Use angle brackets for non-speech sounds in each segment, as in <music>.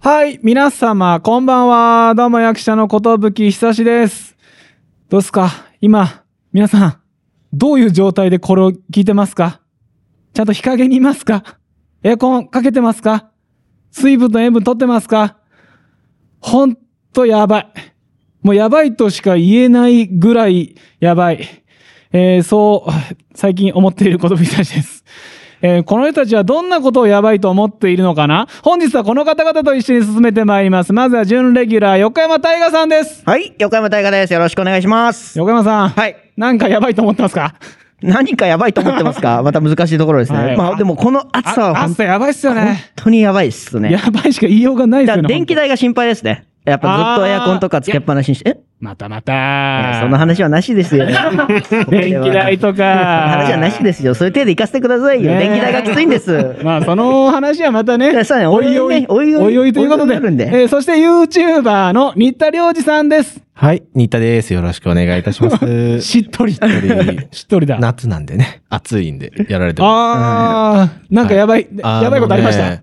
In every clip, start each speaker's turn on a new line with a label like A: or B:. A: はい、皆様、こんばんは。どうも役者のことぶきひさしです。どうすか今、皆さん、どういう状態でこれを聞いてますかちゃんと日陰にいますかエアコンかけてますか水分と塩分取ってますかほんとやばい。もうやばいとしか言えないぐらいやばい。えーそう、最近思っていることみたいです。えーこの人たちはどんなことをやばいと思っているのかな本日はこの方々と一緒に進めてまいります。まずは準レギュラー、横山大河さんです。
B: はい、横山大河です。よろしくお願いします。
A: 横山さん。
B: はい。
A: なんかやばいと思ってますか
B: 何かやばいと思ってますかまた難しいところですね。
A: <laughs> はい
B: まあでもこの暑さは
A: あ
B: ほん
A: 暑さやばいっすよ
B: 本
A: ね。
B: 当にやばいっすね。
A: やばいしか言いようがないです
B: だか
A: よ
B: ら
A: ね。
B: 電気代が心配ですね。やっぱずっとエアコンとかつけっぱなしにして、え
A: またまた。
B: その話はなしですよね。
A: <laughs> 電気代とか。
B: 話はなしですよ。そういう手で行かせてくださいよ。
A: ねえ
B: 電気代がきついんです。
A: まあその話はまたね、
B: そうねおいおいね
A: おいお
B: お
A: い
B: いおい
A: おいおいということで、
B: おいおいになるんで
A: えーそして YouTuber の新田良二さんです。。
C: はい、新田です。よろしくお願いいた <laughs> します
A: <laughs> しっとり。し
C: り
A: っとりだ。
C: 夏なんでね、暑いんでやられてます
A: あー、なんかやばい、
C: あのね
A: やばいことありました。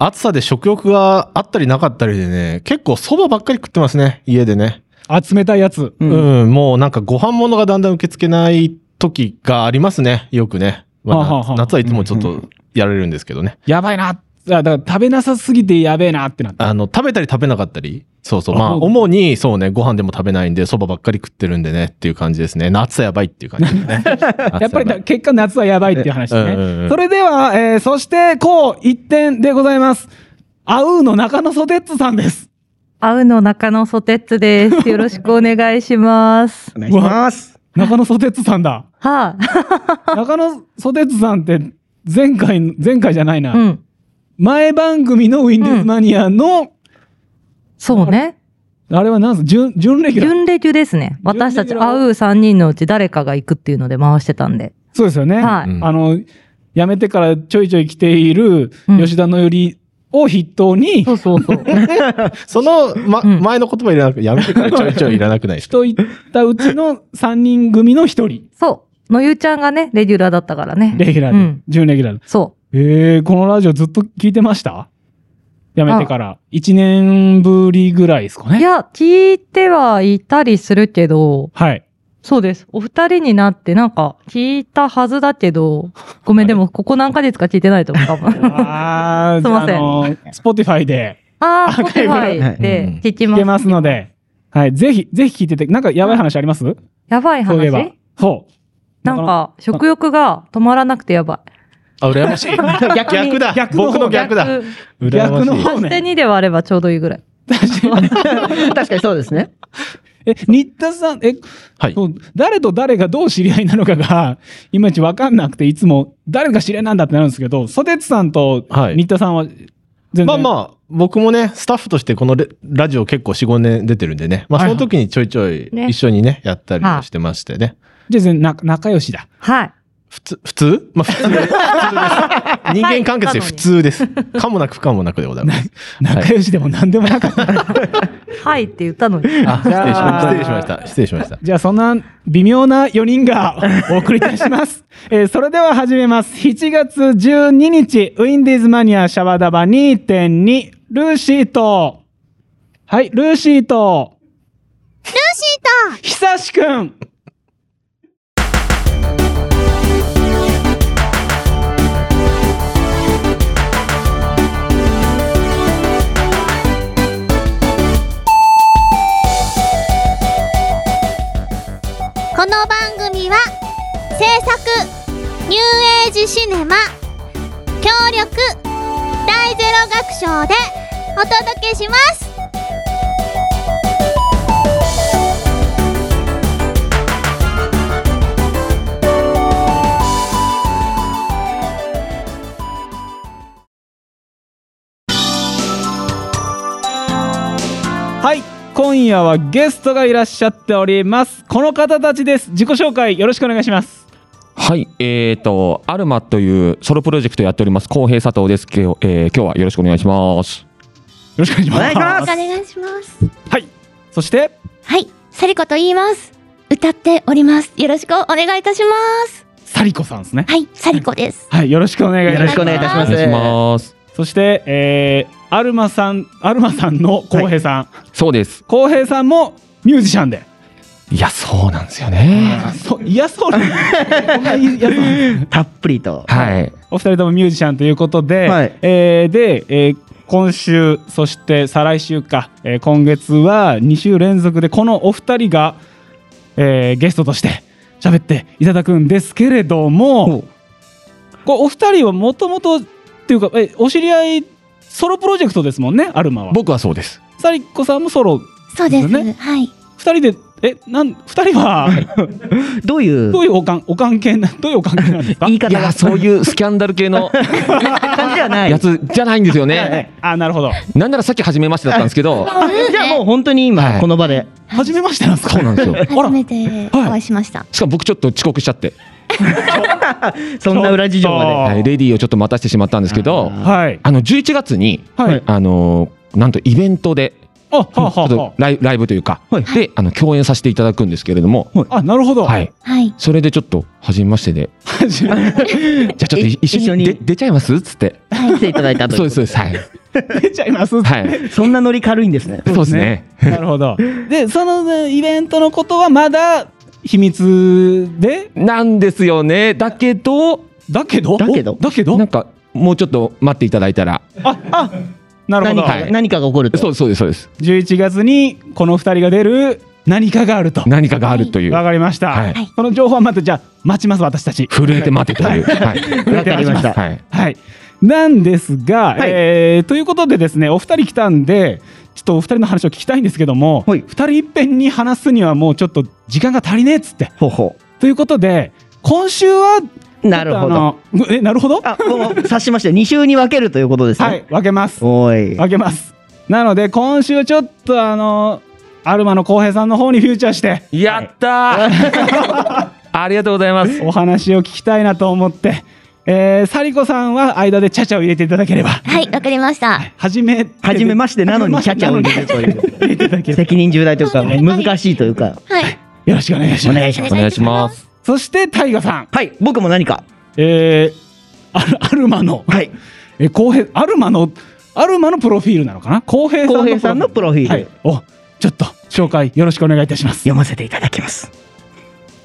C: 暑さで食欲があったりなかったりでね、結構蕎麦ばっかり食ってますね、家でね。
A: 集めたいやつ。
C: うん、もうなんかご飯物がだんだん受け付けない時がありますね、よくね。まあ
A: はあはあはあ
C: 夏はいつもちょっとやられるんですけどね。
A: やばいな。だから食べなさすぎてやべえなってなった。
C: あの、食べたり食べなかったり。そうそう。
A: あ
C: まあ、
A: そう
C: 主に、そうね、ご飯でも食べないんで、蕎麦ばっかり食ってるんでね、っていう感じですね。夏やばいっていう感じですね。
A: <laughs> やっぱりだ結果夏はやばいっていう話
C: うんうんう
A: ね。
C: ん
A: それでは、えーそして、こう、一点でございます。あうの中野ソテッツさんです。
D: 会うの中野ソテッツです。よろしくお願いし
A: <laughs>
D: ます。
B: お願いします。
A: 中野ソテッツさんだ。
D: は
A: 中野ソテツさんって前回の前回じゃないな、
D: あ、うん。
A: 前番組のウィンディーズマニアの、
D: そうね。
A: あれは何す準準レギュラー
D: 準レギュですね。私たち
A: 準レギュラー
D: 会
A: を
D: う3人のうち誰かが行くっていうので回してたんで。
A: そうですよね、
D: は
C: う
D: い。
C: ん
A: あの辞めてからちょいちょい来ている
D: うん
A: 吉田のよりを筆頭に、
D: そうそうそう。
C: <laughs> その、ま、
D: うん
C: 前の言葉いらなく、やめてからちょいちょいいらなくないですか
A: といったうちの3人組の1人
D: そう。のゆうちゃんがね、レギュラーだったからね。
A: <laughs> レギュラーで、
D: うん
A: 準レギュラーで
D: そ
A: えー、このラジオずっと聞いてました辞めてから1年ぶりぐらいですか
D: う。い
A: ね
D: や、聞いてはいたりするけど、
A: はい
D: そうです。お二人になってなんか聞いたはずだけど、ごめん、でもここ何ヶ月か聞いてないと思う。多
A: <laughs>
D: 分
A: あー
D: すいません
A: じゃああの Spotify で
D: ああ、
A: アーカイブ
D: Spotify で聞きま
A: 聞
D: す。
A: けますので、はい、ぜひ、ぜひ聞いてて、なんかやばい話あります
D: やばい
A: そういえば
D: 話。
A: そう。
D: なんか、食欲が止まらなくてやばい。
C: あ、羨ましい。逆逆だ。
A: <laughs> 逆の方
C: 僕の逆だ。
A: 逆
C: 羨ましい
A: 逆の方
D: 足して2で割ればちょうどいいぐらい。
B: 確かにそうですね。
A: え、新田さん、え、
C: はい
A: そう誰と誰がどう知り合いなのかが、 <laughs> いまいちわかんなくて、いつも誰が知り合いなんだってなるんですけど、ソテツさんと
C: はい
A: 新田さんは、全然。
C: まあまあ、僕もね、スタッフとしてこのレラジオ結構4、5年出てるんでね。まあ、
A: は
C: そ
A: い
C: の時にちょいちょい
D: ね
C: 一緒にね、やったりもしてましてね。
A: じゃあ全然な仲良しだ。
D: はい。
C: 普通、普通まあ、普通普通
A: <laughs>
C: です。人間関係で普通です。かもなく不可もなくでございます。
A: 仲良しでも何でもなかった。
D: <laughs> はいって言ったのに。
C: あ、失礼しました。失礼しました。失礼しました。
A: じゃあそんな微妙な4人がお送りいたします。 <laughs> えーそれでは始めます。7月12日、ウィンディーズマニアシャワダバ2.2、ルーシーと、はい、ルーシーと、ルーシーと、ひさしくん。
E: この番組は制作ニューエイジシネマ協力大ゼロ学賞でお届け
F: <laughs>
E: します
A: はい、今夜はゲストがいらっしゃっております。この方たちです。自己紹介よろしくお願いします。
F: はい、えー、と、アルマというソロプロジェクトやっております、浩平佐藤ですけど、えー今日はよろしくお願いします。
A: よろしくお願いしま
B: お
A: す。
B: 願いします
E: 願いします
A: はい、そして、
E: はいサリコと言います歌っておりますよろしくお願いいたします
A: サリコさんですね。
E: はいサリコです
A: はい、よろしくお願いし
B: よ
A: ま
B: ろ
A: す
B: しくお願いいたし
F: お
B: ます。
F: 願いします。
A: そして、えーアルマさんアルマさんの浩平さん、
F: そうです。
A: 浩平さんもミュージシャンで
F: いや、そうなんですよね。
A: そいやそうなんだお前いやそう <laughs>
B: たっぷりと。
F: はい。
A: お二人ともミュージシャンということで、
B: はい
A: えーで、えー今週そして再来週か、えー今月は2週連続でこのお二人が、えーゲストとして <laughs> 喋っていただくんですけれどもこれお二人はもともとっていうかえお知り合いソロプロジェクトですもんねアルマは。
F: 僕はそうです。
A: サリコさんもソロ
E: そうです。
A: ですね
E: はい。
A: 二人でえなん二人
F: <laughs>
A: は
B: どういう
A: どういうおかんお関係などういうお関係なんですか
B: 言い
F: い
B: 方
F: や、
B: が
F: そういうスキャンダル系
A: <laughs>
F: の
B: 感じではない。
F: やつじゃないんですよ
B: は
F: ね。
B: い
A: あなるほど
F: なんならさっき初めましてだったんですけど、
B: あじゃあもう本当に
F: は
B: 今
F: い
B: この場で。
A: 初めましてなんですか
F: そうなんですよ。
A: あら
E: 初めてお会いしました。
F: しかも僕ちょっと遅刻しちゃって、
B: <laughs> そんな裏事情ま
A: あ
F: は
A: ー
F: いレディーをちょっと待たせてしまったんですけど、
B: あ
A: はい
F: あの11月に、
A: はい
F: あのーなんとイベントで、
A: あはあは
F: ちょっ
A: あはあ
F: とライブライブというか、
B: はい
F: であの共演させていただくんですけれども、
A: あ、なるほど。
F: はい、
E: はい。
F: それでちょっと初めましてで、
A: 初め
F: じゃあちょっと
B: え
F: い一
B: 一
F: 緒に
B: 緒
F: 出
B: に
F: 出ちゃいますっつって、
B: で来ていただいたとい
F: そうですそう
B: う
F: ですはい、
A: て出ちゃいます。
F: はい、
B: そんなノリ軽いんですね。
F: そうですね。
A: なるほど。で、そのねイベントのことはまだ秘密で、
F: なんですよね。だけど
A: だけど、
B: だけど
A: おだけど
F: なん、かもうちょっと待っていただいたら、
A: あ、あ、なるほ
B: 何
A: ど
B: か。
F: はい
B: 何かが起こる
F: そ
B: と。
F: うですそうですそうです。
A: 11月にこの二人が出る何かがあると。
F: 何かがあるという、
A: わかりました。
F: はい
E: はい
A: その情報はまたじゃあ待ちます私たち。
F: 震えて待てという、はい、
B: わかりました。
F: はい、
A: はい。なんですが、
B: はい
A: えーということでですね、お二人来たんで、ちょっとお二人の話を聞きたいんですけども、
B: はい
A: 二人いっぺんに話すにはもうちょっと時間が足りねえっつって。
B: ほうほ
A: ということで、今週は
B: う。なるほど。
A: ちょっとあのえ、なるほど。
B: あ、もう察しました。2週に分けるということですね。
A: はい、分けます。
B: おい。
A: 分けます。なので、今週ちょっとあの、アルマの浩平さんの方にフューチャーして、
F: やったー。ありがとうございます。
A: お話を聞きたいなと思って、えー、サリコさんは間でチャチャを入れていただければ、
E: はい、わかりました。
A: はじめ、
B: はじめましてなのにキャッチャーを入れるという
A: 入れていただければ、
B: 責任重大というか難しいというか
E: はい。
A: よろしくお願いし
B: お
A: ます。
B: 願いします
F: お願いします。
A: そして、タイガさん、
B: はい僕も何か
A: えー、アルアルマの、
B: はい
A: えー、浩平、アルマの、アルマのプロフィールなのかな浩平
B: 浩平さ
A: さ
B: ん
A: ん
B: の
A: の
B: プ
A: プ
B: ロ
A: ロ
B: フ
A: フ
B: ィー
A: ィー
B: ル
A: ル。はい、お、ちょっと、紹介よろしくお願いいたします。
B: 読ませていただきます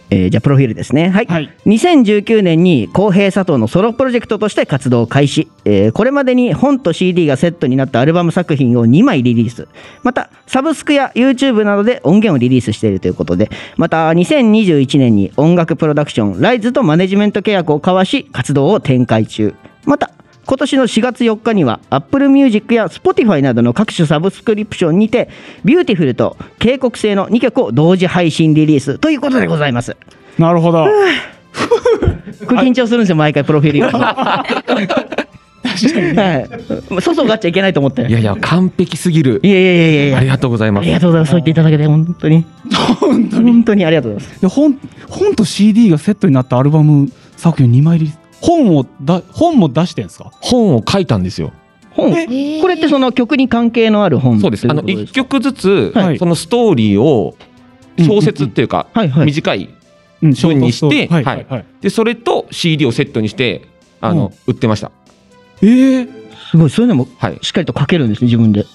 B: えーじゃあプロフィールですねはい、
A: はい
B: 2019年に浩平佐藤のソロプロジェクトとして活動を開始、えーこれまでに本と CD がセットになったアルバム作品を2枚リリースまたサブスクや YouTube などで音源をリリースしているということでまた2021年に音楽プロダクションライズとマネジメント契約を交わし活動を展開中また今年の4月4日には Apple Music や Spotify などの各種サブスクリプションにて「ビューティフルと「警告性」の2曲を同時配信リリースということでございます
A: なるほど。
B: <laughs> これ緊張するんですよ、毎回プロフィール読むの <laughs> はい。粗相があっちゃいけないと思って。い
F: い
B: や
F: やいや、完璧すぎる。
B: いやいやいやいや
F: ありがとうござい
B: あ
F: ます
B: り。がとうございます。そう言っていただけて、本当に。
A: 本当に
B: 本当にありがとうございます。
A: で本本と CD がセットになったアルバム作品2枚入り本をだ本も出してんですか
F: 本を書いたんですよ。
B: 本。
A: え
B: これってその曲に関係のある本
F: そうです。
B: とい
F: あの
B: こと
F: 一曲ずつ、
A: はい
F: そのストーリーを小説っていうか、
B: はいはい。
F: 短い。
A: うん
F: 本にして
A: はいはいはい、
F: でそれと CD をセットにしてあの、売ってました。
A: えー、
B: すごい、そういうのも
F: はい。
B: しっかりと書けるんですね、自分で。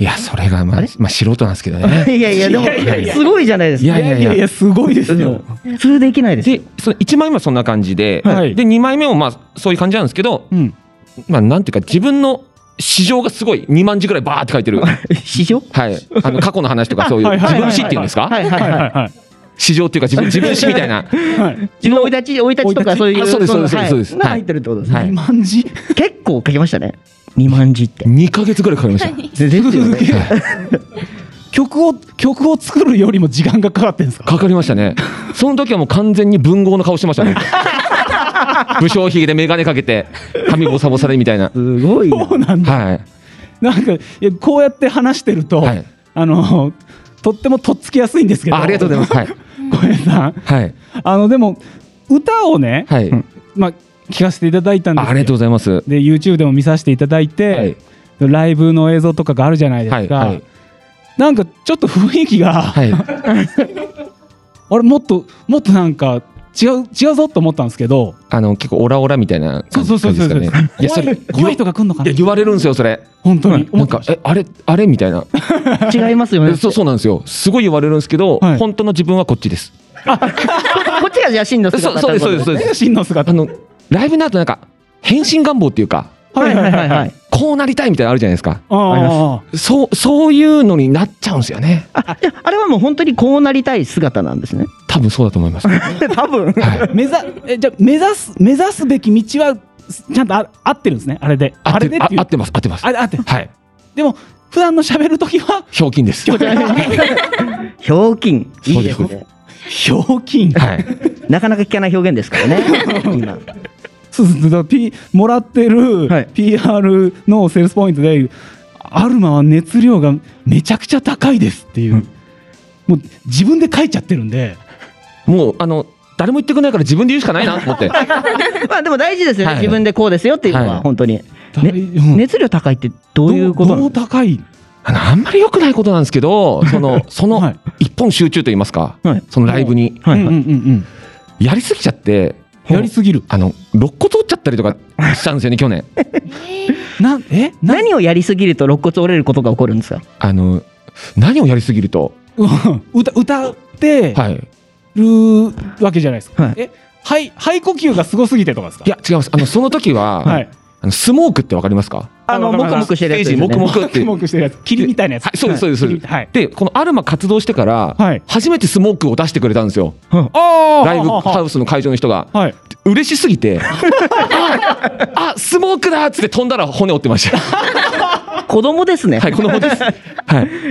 F: いやそれがまあ
B: あれ
F: まあ素人なんですけどね。
B: <laughs> いやいや、でも
A: いやいやい、や
B: すごいじゃないです
F: い
B: か。
F: やいやい
A: い
F: や
A: やい。やすごいです
B: う
A: よ
B: ん、普通できないです。
F: でその1枚目はそんな感じで、
A: はい
F: で2枚目もまあそういう感じなんですけど、
A: うん、
F: まあなんていうか自分の市場がすごい2万字ぐらいバーって書いてる。は
B: <laughs> 市場
F: い、あの過去の話とかそういう
A: はいはい
F: 自
A: はいはい
F: 分史っていうんですか、
B: はいは
A: はいいはい
B: はい。
A: は
F: 市場っていうか自分自分史みた
B: <laughs>
F: いな
A: い、はい、
B: 自分の生い立ち、生い立ちとかそういう。
F: あそうですそうです
B: はい
F: そうですそうです
B: が
F: はい
B: 入ってるってことです
F: は
B: ね。
F: い
A: 2万字
B: 結構書きましたね。2万字って。
F: 2か月ぐらいかかりました。
B: ですよね。
A: 曲を曲を作るよりも時間がかかってんですか
F: かかりましたね。その時はもう完全に文豪の顔して
B: <laughs>
F: ましたね。武将髭で眼鏡かけて髪ボサボサでみたいな。
B: すごいな。
A: そうなんだ
F: はい。
A: なんかいやこうやって話してると、
F: はい
A: あのとってもとっつきやすいんですけど
F: あありがとうございます。はい。
A: 小林さん
F: はい。
A: あのでも歌をね、
F: はい。
A: まあ聞かせていただいたんです
F: あ
A: よ
F: ありがとうございます。
A: で YouTube でも見させていただ
F: は
A: い
F: い
A: て、ライブの映像とかがあるじゃないで
F: は
A: す
F: い。
A: か、
F: はい。
A: なん <laughs> かちょっと雰囲気が、
F: はい。
A: あれもっともっとなんか違う違うぞと思ったんですけど
F: あの結構オラオラみたいな
A: そ
F: 感
A: う
F: じ
A: そうそうそう
F: 感じですかね。いやそ
A: 怖
F: れ
A: い怖い人が来んのか
F: い
A: な
F: や言われるんですよそれ。
A: 本当に
F: なんかえあれあれみたいな。
B: <laughs> 違いますよね。
F: そうそうなんですよ。すごい言われるんですけど、
A: はい
F: 本当の自分はこっちです。
B: こっちがじゃあ真の
F: そう
B: 姿
F: そうですそうですそう
A: 何
F: です。
A: が真の
F: あ
A: 姿
F: のライブの後なんか変身願望っていうか
B: はいはいはいはい。
F: こうなりたいみたいなのあるじゃないですか。
A: あ
F: そうそういうのになっちゃうんですよね。
B: あ、じゃああれはもう本当にこうなりたい姿なんですね。
F: 多分そうだと思います。は
A: <laughs>
B: 多分。
A: あ目ざえじゃあ目指す目指すべき道はちゃんとあ合ってるんですねあれで
F: 合
A: あ
F: っ
A: れ
F: て
A: で
F: あ
A: っていう
F: 合ってます合ってます。
A: あ合ってる
F: はい。
A: でも普段の喋るときは
F: ひょうきんです。
B: ひょうきん。いいです
F: そう
B: ね。
A: ひょうきん
F: はい。
B: なかなか聞かない表現ですからね。今。
A: そうそうそうだから P もらってる
B: はい
A: PR のセールスポイントで、アルマは熱量がめちゃくちゃ高いですっていう、もう自分で書いちゃってるんで、
F: もうあの誰も言ってくれないから自分で言うしかないなと思っ
B: <laughs>
F: て。
B: まあでも大事ですよね。
F: はい
B: 自分でこうですよっていうの
F: はい
B: は本当に。
A: 大うん
B: 熱量高いってどういうこと
A: ど
B: な
A: ど
B: の
A: う高い
F: あのあんまり良くないことなんですけ
A: <laughs>
F: ど、そのそ
A: は
F: の
A: い
F: 一本集中と言いますか、
B: はい
F: そのライブに
B: はい
A: うんうんうん
F: やりすぎちゃって、
A: うん、やりすぎる。
F: あの肋骨折っちゃったりとかしたんですよね去年。
A: なえな
B: 何をやりすぎると肋骨折れることが起こるんですか
F: あの何をやりすぎると、
A: うん歌歌って
F: はい、い
A: るわけじゃないですか。
B: はい
A: え肺肺呼吸がすごすぎてとかですか。
F: や違います。あのその時
B: <laughs>
F: は、
A: はい。
F: あのスモークってわかりますか？
B: あの、
A: わか
B: も
A: り
B: く
A: ま
B: も
A: す
B: くしてるやつ
F: ステ
B: です
F: ージ
B: よ
F: もくも
B: ね。
F: く <laughs> って。
A: 黙々してるやつ。霧みたいなやつ。
F: はい、そうですそうですそうです。
A: はい。
F: でこのアルマ活動してから、
A: はい
F: 初めてスモークを出してくれたんですよ。
A: あ
F: ライブハウスの会場の人が
A: はい。
F: 嬉しすぎ
A: <laughs>
F: て、ああスモークだっつって飛んだら骨折ってまし
B: <laughs>
F: た。
B: 子供ですね
F: は。い、この方です。はい。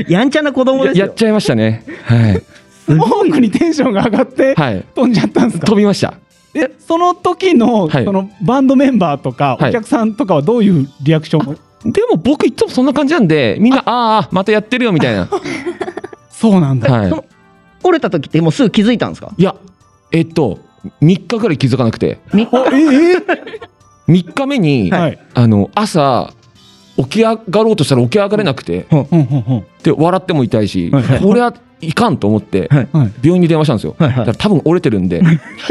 B: <laughs> やんちゃな子供
F: や
B: です
F: やっ
B: よ。
F: ちゃいましたね。はい。
A: スモークにテンションが上がって
F: はい。
A: 飛んじゃったんですか
F: 飛。びました。
A: えその時の、
F: はい
A: そのバンドメンバーとか、
F: はい
A: お客さんとかはどういうリアクションを
F: でも僕いつもそんな感じなんで、みんな、ああー、またやってるよみたいな。
A: そうなんだ、
B: <laughs>
F: は
B: その折れた時ってもうすぐ気づいたんですか
F: い。いや、えっと、3日ぐらい気づかなくて、
B: み
A: おえ
F: <laughs>
A: え
F: 3日目に、
A: はい
F: あの、朝、起き上がろうとしたら起き上がれなくて、
A: ほんほんほん
F: で、笑っても痛いし
A: はいは、い
F: これはいかんと思って、
B: はい
A: はい
F: 病院に電話したんですよ。
B: はいはい
F: だから多分折れてる
B: <laughs>
F: んで、来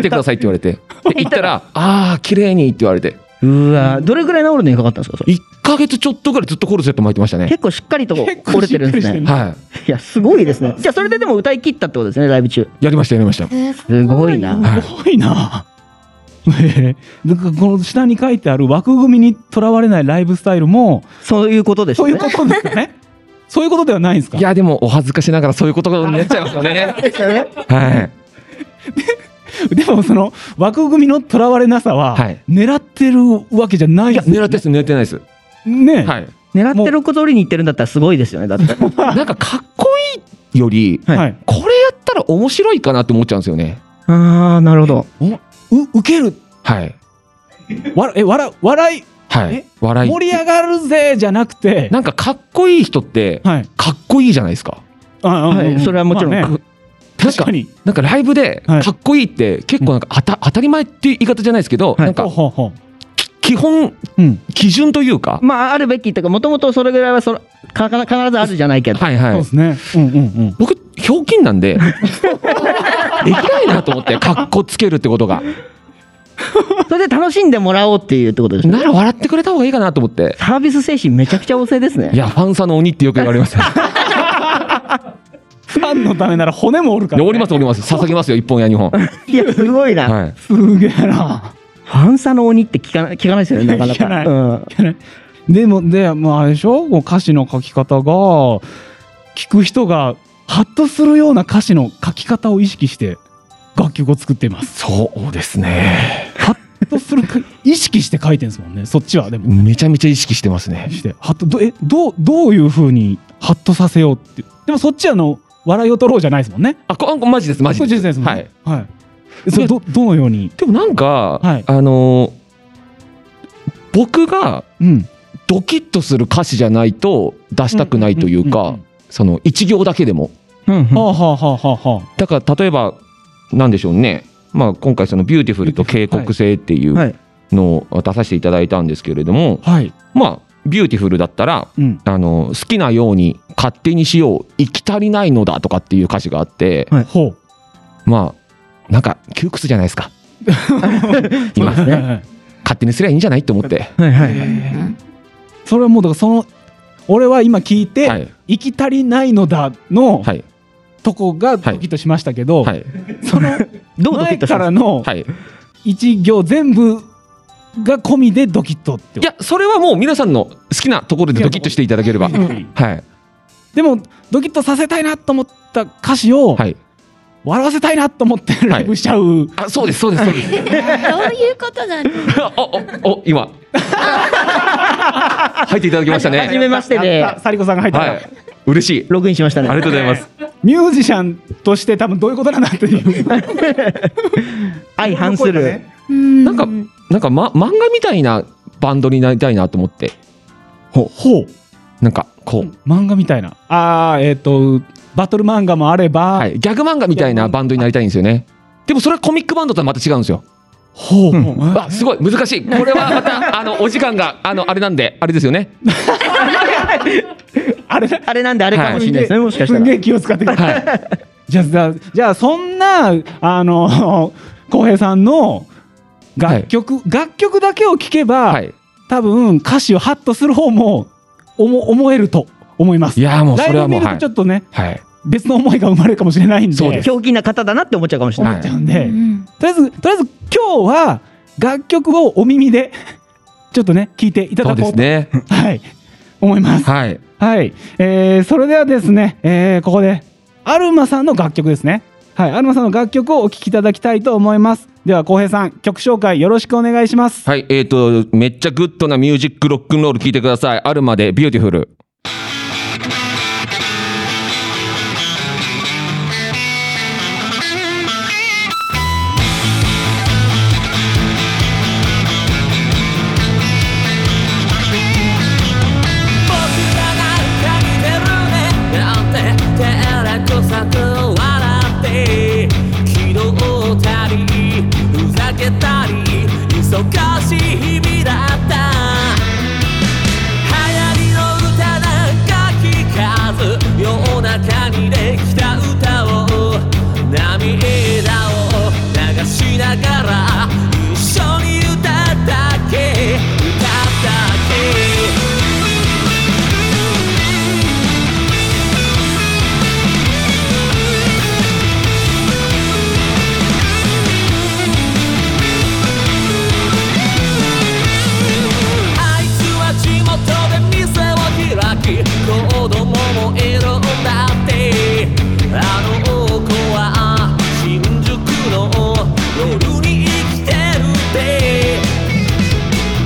F: てくだ
E: <laughs>
F: さいって言われて。で行ったら、ああ、綺麗にって言われて、
B: うわどれぐらい治るのにかかったんですかそれ
F: 1ヶ月ちょっとぐらいずっとコルセット巻いてましたね。
B: 結構しっかりと折
A: 結構
B: れてるんです
A: しっかりしてる
B: ね。
F: はい
B: や、すごいですね。じゃあ、それででも歌い切ったってことですね、ライブ中。
F: い。やりました、やりました。
B: すごいな。
F: はい
A: すごいなええだからこの下に書いてある枠組みにとらわれないライブスタイルも
B: そういうことです
A: そ
B: よ
A: ういう
B: ね。
A: ことですよねそういうことではないんですか
F: いや、でも、お恥ずかしながらそういうことになっちゃいますよね。はい。
A: でもその枠組みのとらわれなさは、
F: はい
A: 狙ってるわけじゃない
F: いや、
A: ですね
F: 狙ってないです、狙ってないです。
A: ね、
F: はい。
B: 狙って肋骨折りに行ってるんだったらすごいですよね、だって。
F: <laughs> なんか、かっこいいより、
A: はい
F: これやったら面白いかなって思っちゃうんですよね。
B: ああ、なるほど。
A: う受ける
F: はい。
A: わえ笑笑い
F: は
A: え
F: い。笑い。
A: 盛り上がるぜじゃなくて
F: なんか、かっこいい人って、
A: はい
F: かっこいいじゃないですか。
A: ああ
B: はい
A: うんうん
B: それはもちろん
A: まあ
B: か
A: ね
F: 確
A: 確
F: か
A: かに
F: なんかライブで、
A: はい
F: かっこいいって、結構なんか、あた、当たり前っていう言い方じゃないですけど、
B: はい
F: なん
A: ほう
F: か、
A: ほうほう
F: 基本、
A: うん
F: 基準というか、
B: まあ、あるべきというか、もともとそれぐらいはそれかか必ずあるじゃないけど。
F: はいはい。
A: そうですね。うんうんうん。
F: 僕ひょうきん
A: <laughs>
F: なんでできないなと思ってかっこつけるってことが
B: それで楽しんでもらおうっていうってことですね。
F: なら笑ってくれた方がいいかなと思って
B: サービス精神めちゃくちゃ旺盛ですね。
F: いやファンサの鬼ってよく言われます
A: <laughs> ファンのためなら骨も折るか
F: で
A: ら、
F: 折ります折ります捧げますよ一本や二本はい
B: や、すごいな。
F: い
A: すげえな。
B: ファンサの鬼って聞かない、聞かないですよね、なかな
A: <laughs> 聞かない
B: か。うん。
A: でも、で、まあ、あれでしょこう歌詞の書き方が、聞く人がハッとするような歌詞の書き方を意識して楽曲を作っています。
F: そうですね
A: ハッとするか、意識して書いてるんですもんね。そっちは、でも。
F: めちゃめちゃ意識してますね
A: して、ハッと、どえ、どう、どういうふうにハッとさせようって。でも、そっちはあの、笑いを取ろうじゃないですもんね。
F: あこあマジですマジ
A: こっち
F: です
A: ですもん
F: は
A: ね
F: い。
A: はい。それ、ど、どのように。
F: でもなんか、
A: はい
F: あのー僕が
A: うん。
F: ドキッとする歌詞じゃないと出したくないという
A: うんうんう
F: か
A: ん
F: その一行だけでも
B: うんうん
A: はあ、はあはあはあはあ。
F: だから例えばなんでしょうね、まあ、今回その「ビューティフルと「警告性」ってい
B: は
F: う
B: い。
F: のを出させていただいたんですけれども、
A: はい。
F: まあ「ビューティフルだったら
A: うん。
F: あの好きなように勝手にしよう行き足りないのだとかっていう歌詞があって、
B: はい
A: ほう。
F: まあなんか窮屈じゃないですか今
B: すね
A: はい
F: 勝手にすりゃいいんじゃないと思って、
B: はいは
A: はい
B: い。
A: それはもうだからその俺は今聞いて、
F: はい
A: 行き足りないのだの、
F: はい
A: とこがドキッとしましたけど、
F: はい <laughs>
A: その
B: どうドキ
A: 前
B: ッとし
A: か
B: た
A: ら
B: んで
A: の
F: はい、い
A: 一行全部が込みでドキッとってこと
F: やそれはもう皆さんの好きなところでドキッとしていただければ、はい
A: でもドキッとさせたいなと思った歌詞を、
F: はい、
A: 笑わせたいなと思ってライブしちゃう、
F: あそうですそうですそうです
E: そういうことなんです。
A: <laughs>
F: おおお今 <laughs> 入っていただきまし
B: <laughs>
F: た
B: 初め
F: ね
B: まして
A: あ
B: で
A: サリコさんが入った、
F: はい嬉しい
B: ログインしました
F: あり
B: ね。
F: がとうございます
A: ミュージシャンとして多分どういうことなんだっていう
B: 相反する。
F: なんか、なんか、ま、漫画みたいなバンドになりたいなと思って、
A: ほう
F: なんか、こう、
A: 漫画みたいなあーえっ、とバトル漫画もあれば、
F: はい、ギャグ漫画みたいなバンドになりたいんですよね。でもそれはコミックバンドとはまた違うんですよ。
A: ほう、あ
F: あ、すごい難しい。これはまたあのお時間があのあれなんであれですよね。
A: あれだ
B: あれなんであれかもしれないですね。もしかした
A: すんげ
B: ら。
A: え気を使ってくる
F: はい。
A: じゃあだじゃあそんなあの <laughs> 浩平さんの楽曲、楽曲だけを聴けば、
F: はい。
A: 多分歌詞をハッとする方もおも思えると思います
F: いやーもう
A: ラ
F: そ
A: イ
F: れ
A: ブ
F: は
A: 見
F: もう
A: る
F: は
A: と
F: い
A: ちょ。っとね、
F: はい。
A: 別の思いが生まれるかもしれないんで
F: そうです
B: ひょうきんな方だなって思っちゃうかもしれない。
A: 思っちゃうんで、
E: うん
A: とりあえずとりあえず今日は楽曲をお耳でちょっとね聞いていた
F: そう
A: だ
F: で
A: こう
F: す
A: と
F: ね。
A: はい、思います。
F: はい。
A: はい、えーそれではですね、えーここでアルマさんの楽曲ですね。はい、アルマさんの楽曲をお聴きいただきたいと思います。では、浩平さん、曲紹介よろしくお願いします。
F: はい。えっ、ー、とめっちゃグッドなミュージックロックンロール聞いてください。アルマでビューティフル。
G: 僕らが歌に出るねなんて照れくさく笑って気取ったりふざけたり忙しい日々だった流行りの歌なんか聞かず夜中にできた歌を涙を流しながら一緒に歌ったっけ歌ったっけあいつは地元で店を開き子供もいるんだってあの子は新宿の夜に生きてるって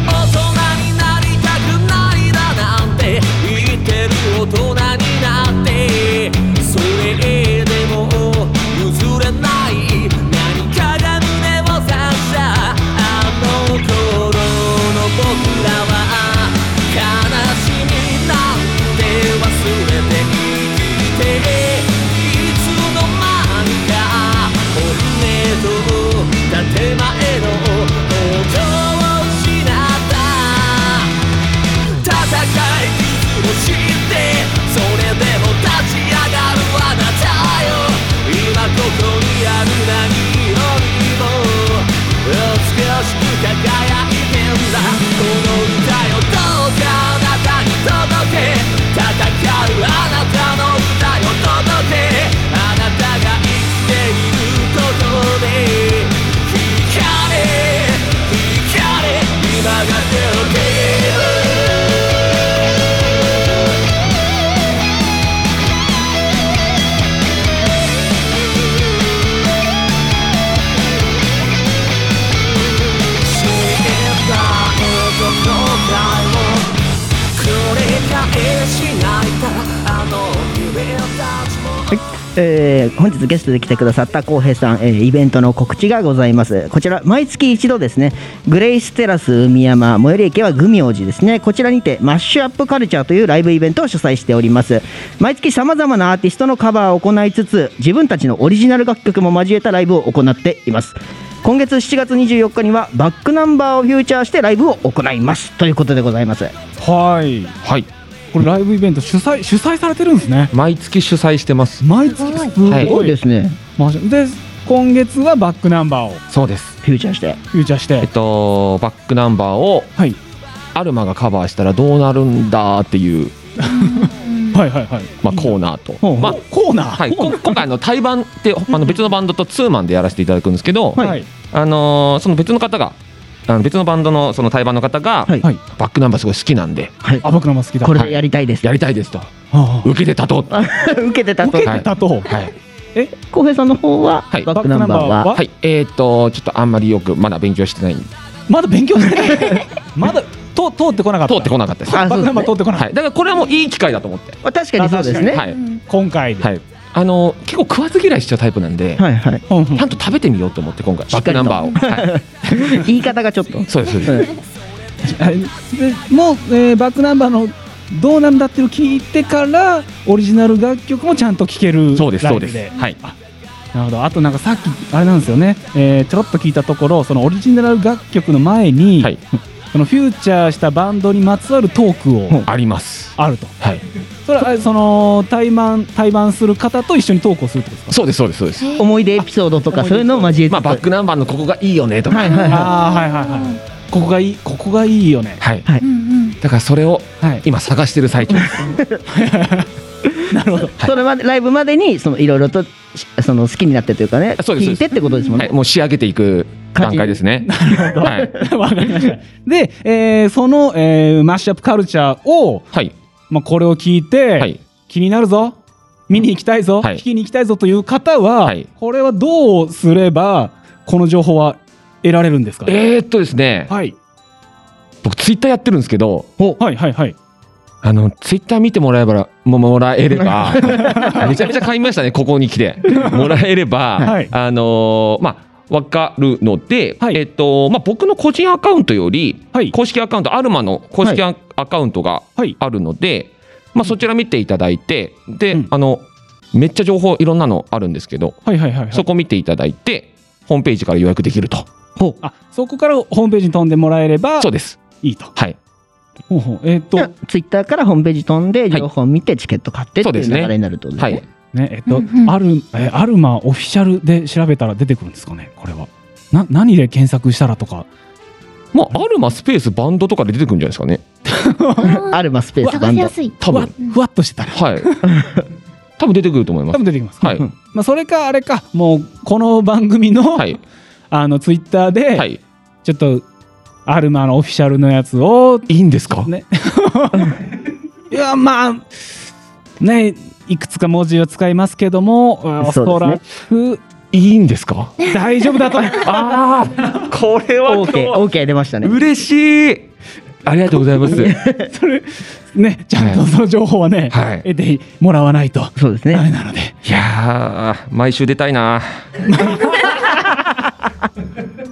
G: 大人になりたくないだなんて言ってる大人になってそれでも譲れない何かが胸を刺したあの頃の僕らは悲しみなんて忘れて生きていつの間にか本音と建前の音を失った戦いを知ってそれでも立ち上がるあなたよ今ここにある何よりも美しく輝いてんだこの歌よどうかあなたに届け戦うあなたの歌よ届けあなたが生きていることで光光今が出てる「死んだ男だよ」「繰り返し泣いたあの夢たちも」
B: えー本日ゲストで来てくださった浩平さん、えーイベントの告知がございますこちら毎月一度ですねグレイステラス海山最寄り駅はグミ王子ですねこちらにてマッシュアップカルチャーというライブイベントを主催しております毎月さまざまなアーティストのカバーを行いつつ自分たちのオリジナル楽曲も交えたライブを行っています今月7月24日にはバックナンバーをフューチャーしてライブを行いますということでございます
A: はい。
F: はい。
A: これ、ライブイベント主催、主催されてるんですね。
F: 毎月主催してます。
A: 毎月すごい。
F: はい
B: すごいですね
A: マジで、今月はバックナンバーを
F: そうです。
B: フューチャーして。
A: フューチャーし、
F: えってと、バックナンバーを
A: はい、
F: アルマがカバーしたらどうなるんだっていう、
A: <laughs> はいはいはい
F: まあ、コーナーと、
B: ほう
F: まあ
A: コーナー
F: はい、こ今回あの対バンってあの別のバンドとツーマンでやらせていただくんですけど、
A: はいはい
F: あのーその別の方があの別のバンドのその対バンの方が、
B: はい
A: はい
F: バックナンバーすごい好きなんで
B: はい。
A: あバックナンバー好きだ
B: これでやりたいです。
F: やりたいですと
A: ああ
F: 受けて立とうと、は
B: <laughs> 受けてたと
A: 受。けてたと、
F: い
B: 浩平さんの方は、
F: はい
B: バックナンバー
A: バックナンバーは
B: は。
F: はい、えっ、とちょっとあんまりよくまだ勉強してない
A: まだ勉強してない
F: <laughs>
A: まだと通ってこなかった
F: 通ってこなかったです、
B: あ
F: は
A: バックナンバー通ってこなかった、
F: い、だからこれはもういい機会だと思って、
B: まあ確かにそうですね。は
F: はい
A: 今回で、
F: はいあのー結構食わず嫌いしちゃうタイプなんで、
B: いはい。
A: うんうん
F: ちゃんと食べてみようと思って今回
B: しっ
F: バッ
B: か
F: ク
B: り
F: ナ
B: と
F: ンバーを、はい、
B: <laughs> 言い方がちょっと。
F: そうですそうです、
B: うん
A: はいでもう、えーバックナンバーのどうなんだっていうのを聞いてからオリジナル楽曲もちゃんと聴ける
F: そうです
A: ラ
F: そ
A: イ
F: う
A: ブ
F: ですはい
A: なるほどあとなんかさっきあれなんですよね、えーちょろっと聞いたところそのオリジナル楽曲の前に、
F: はい
A: <laughs> そのフューチャーしたバンドにまつわるトークを、
F: あります
A: あると
F: はい
A: それはあその対バン対バンする方と一緒にトークをするってことですか
F: そうですそうですそうです
B: 思い出エピソードとかそういうのを交えて。
F: まあバックナンバーのここがいいよねとか
B: はいはいは
A: ああはいはいはいここがいいここがいいよね
F: はい
B: はい
F: だからそれを
A: はい
F: 今探してる最中です
A: なるほど
B: い。それまでライブまでにそのいろいろとしその好きになってというかね、
F: そうです
B: 聞いてってことですもん
F: は
B: ね
F: い。もう仕上げていく段階ですねはい
A: わかりましたで、えーその、えーマッシュアップカルチャーを、
F: はい
A: まあ、これを聞いて、
F: はい
A: 気になるぞ見に行きたいぞ、
F: はい
A: 聞きに行きたいぞという方は、
F: はい
A: これはどうすればこの情報は得られるんですか、
F: えーっとですね
A: はい、
F: 僕ツイッターやってるんですけど
A: はいはいはい
F: あのツイッター見てもらえばももらえれ
A: <laughs>
F: ばめちゃめちゃ買いましたねここに来てもらえれば、
A: はい
F: あのーまあわかるので、
A: はい
F: えっとまあ、僕の個人アカウントより、
A: はい
F: 公式アカウントアルマの公式ア,、アカウントが
A: はい
F: あるので、まあ、そちら見ていただいてで、
A: うん
F: あのめっちゃ情報いろんなのあるんですけど、
A: はいはいはいはい
F: そこ見ていただいてホームページから予約できると
A: あそこからホームページに飛んでもらえれば
F: そうです
A: いいと
F: はい
A: ほうほうえっ、と
B: じゃあツイッターからホームページ飛んで情報を見てチケット買ってって
F: そう
B: いう
F: です
B: 流
F: ね
B: れになるってことです
F: は
B: ね。
F: い
A: ねえっ、と、アルえーアルマオフィシャルで調べたら出てくるんですかねこれはな何で検索したらとか
F: まあアルマスペースバンドとかで出てくるんじゃないですか
B: <laughs>
F: ね
B: アルマスペースバン
E: 探し
B: ド
E: や。すい。
F: 多
A: ふ
F: 分
A: わふわっとしてたら
F: はい多分出てくると思いま
A: 多
F: す
A: 分出てきます、
F: はい
A: うんまあ、それかあれかもうこの番組の,、
F: はい
A: あのツイッターで、
F: はい
A: ちょっとアルマのオフィシャルのやつを
F: いいんですか
A: ね <laughs> いやまあねいくつか文字を使いますけどもお
B: そ
A: そう
B: で
A: らく
F: いいんですか
A: 大丈夫だと思う
F: <laughs> ああこれは
B: オーケー、オーケー出ましたね。
F: 嬉しいありがとうございます
B: <laughs>
A: それねちゃんとその情報はね、
F: はい
A: 得てもらわないと
B: そうです
A: ダ
B: ね。
A: メなので
F: いやー毎週出たいな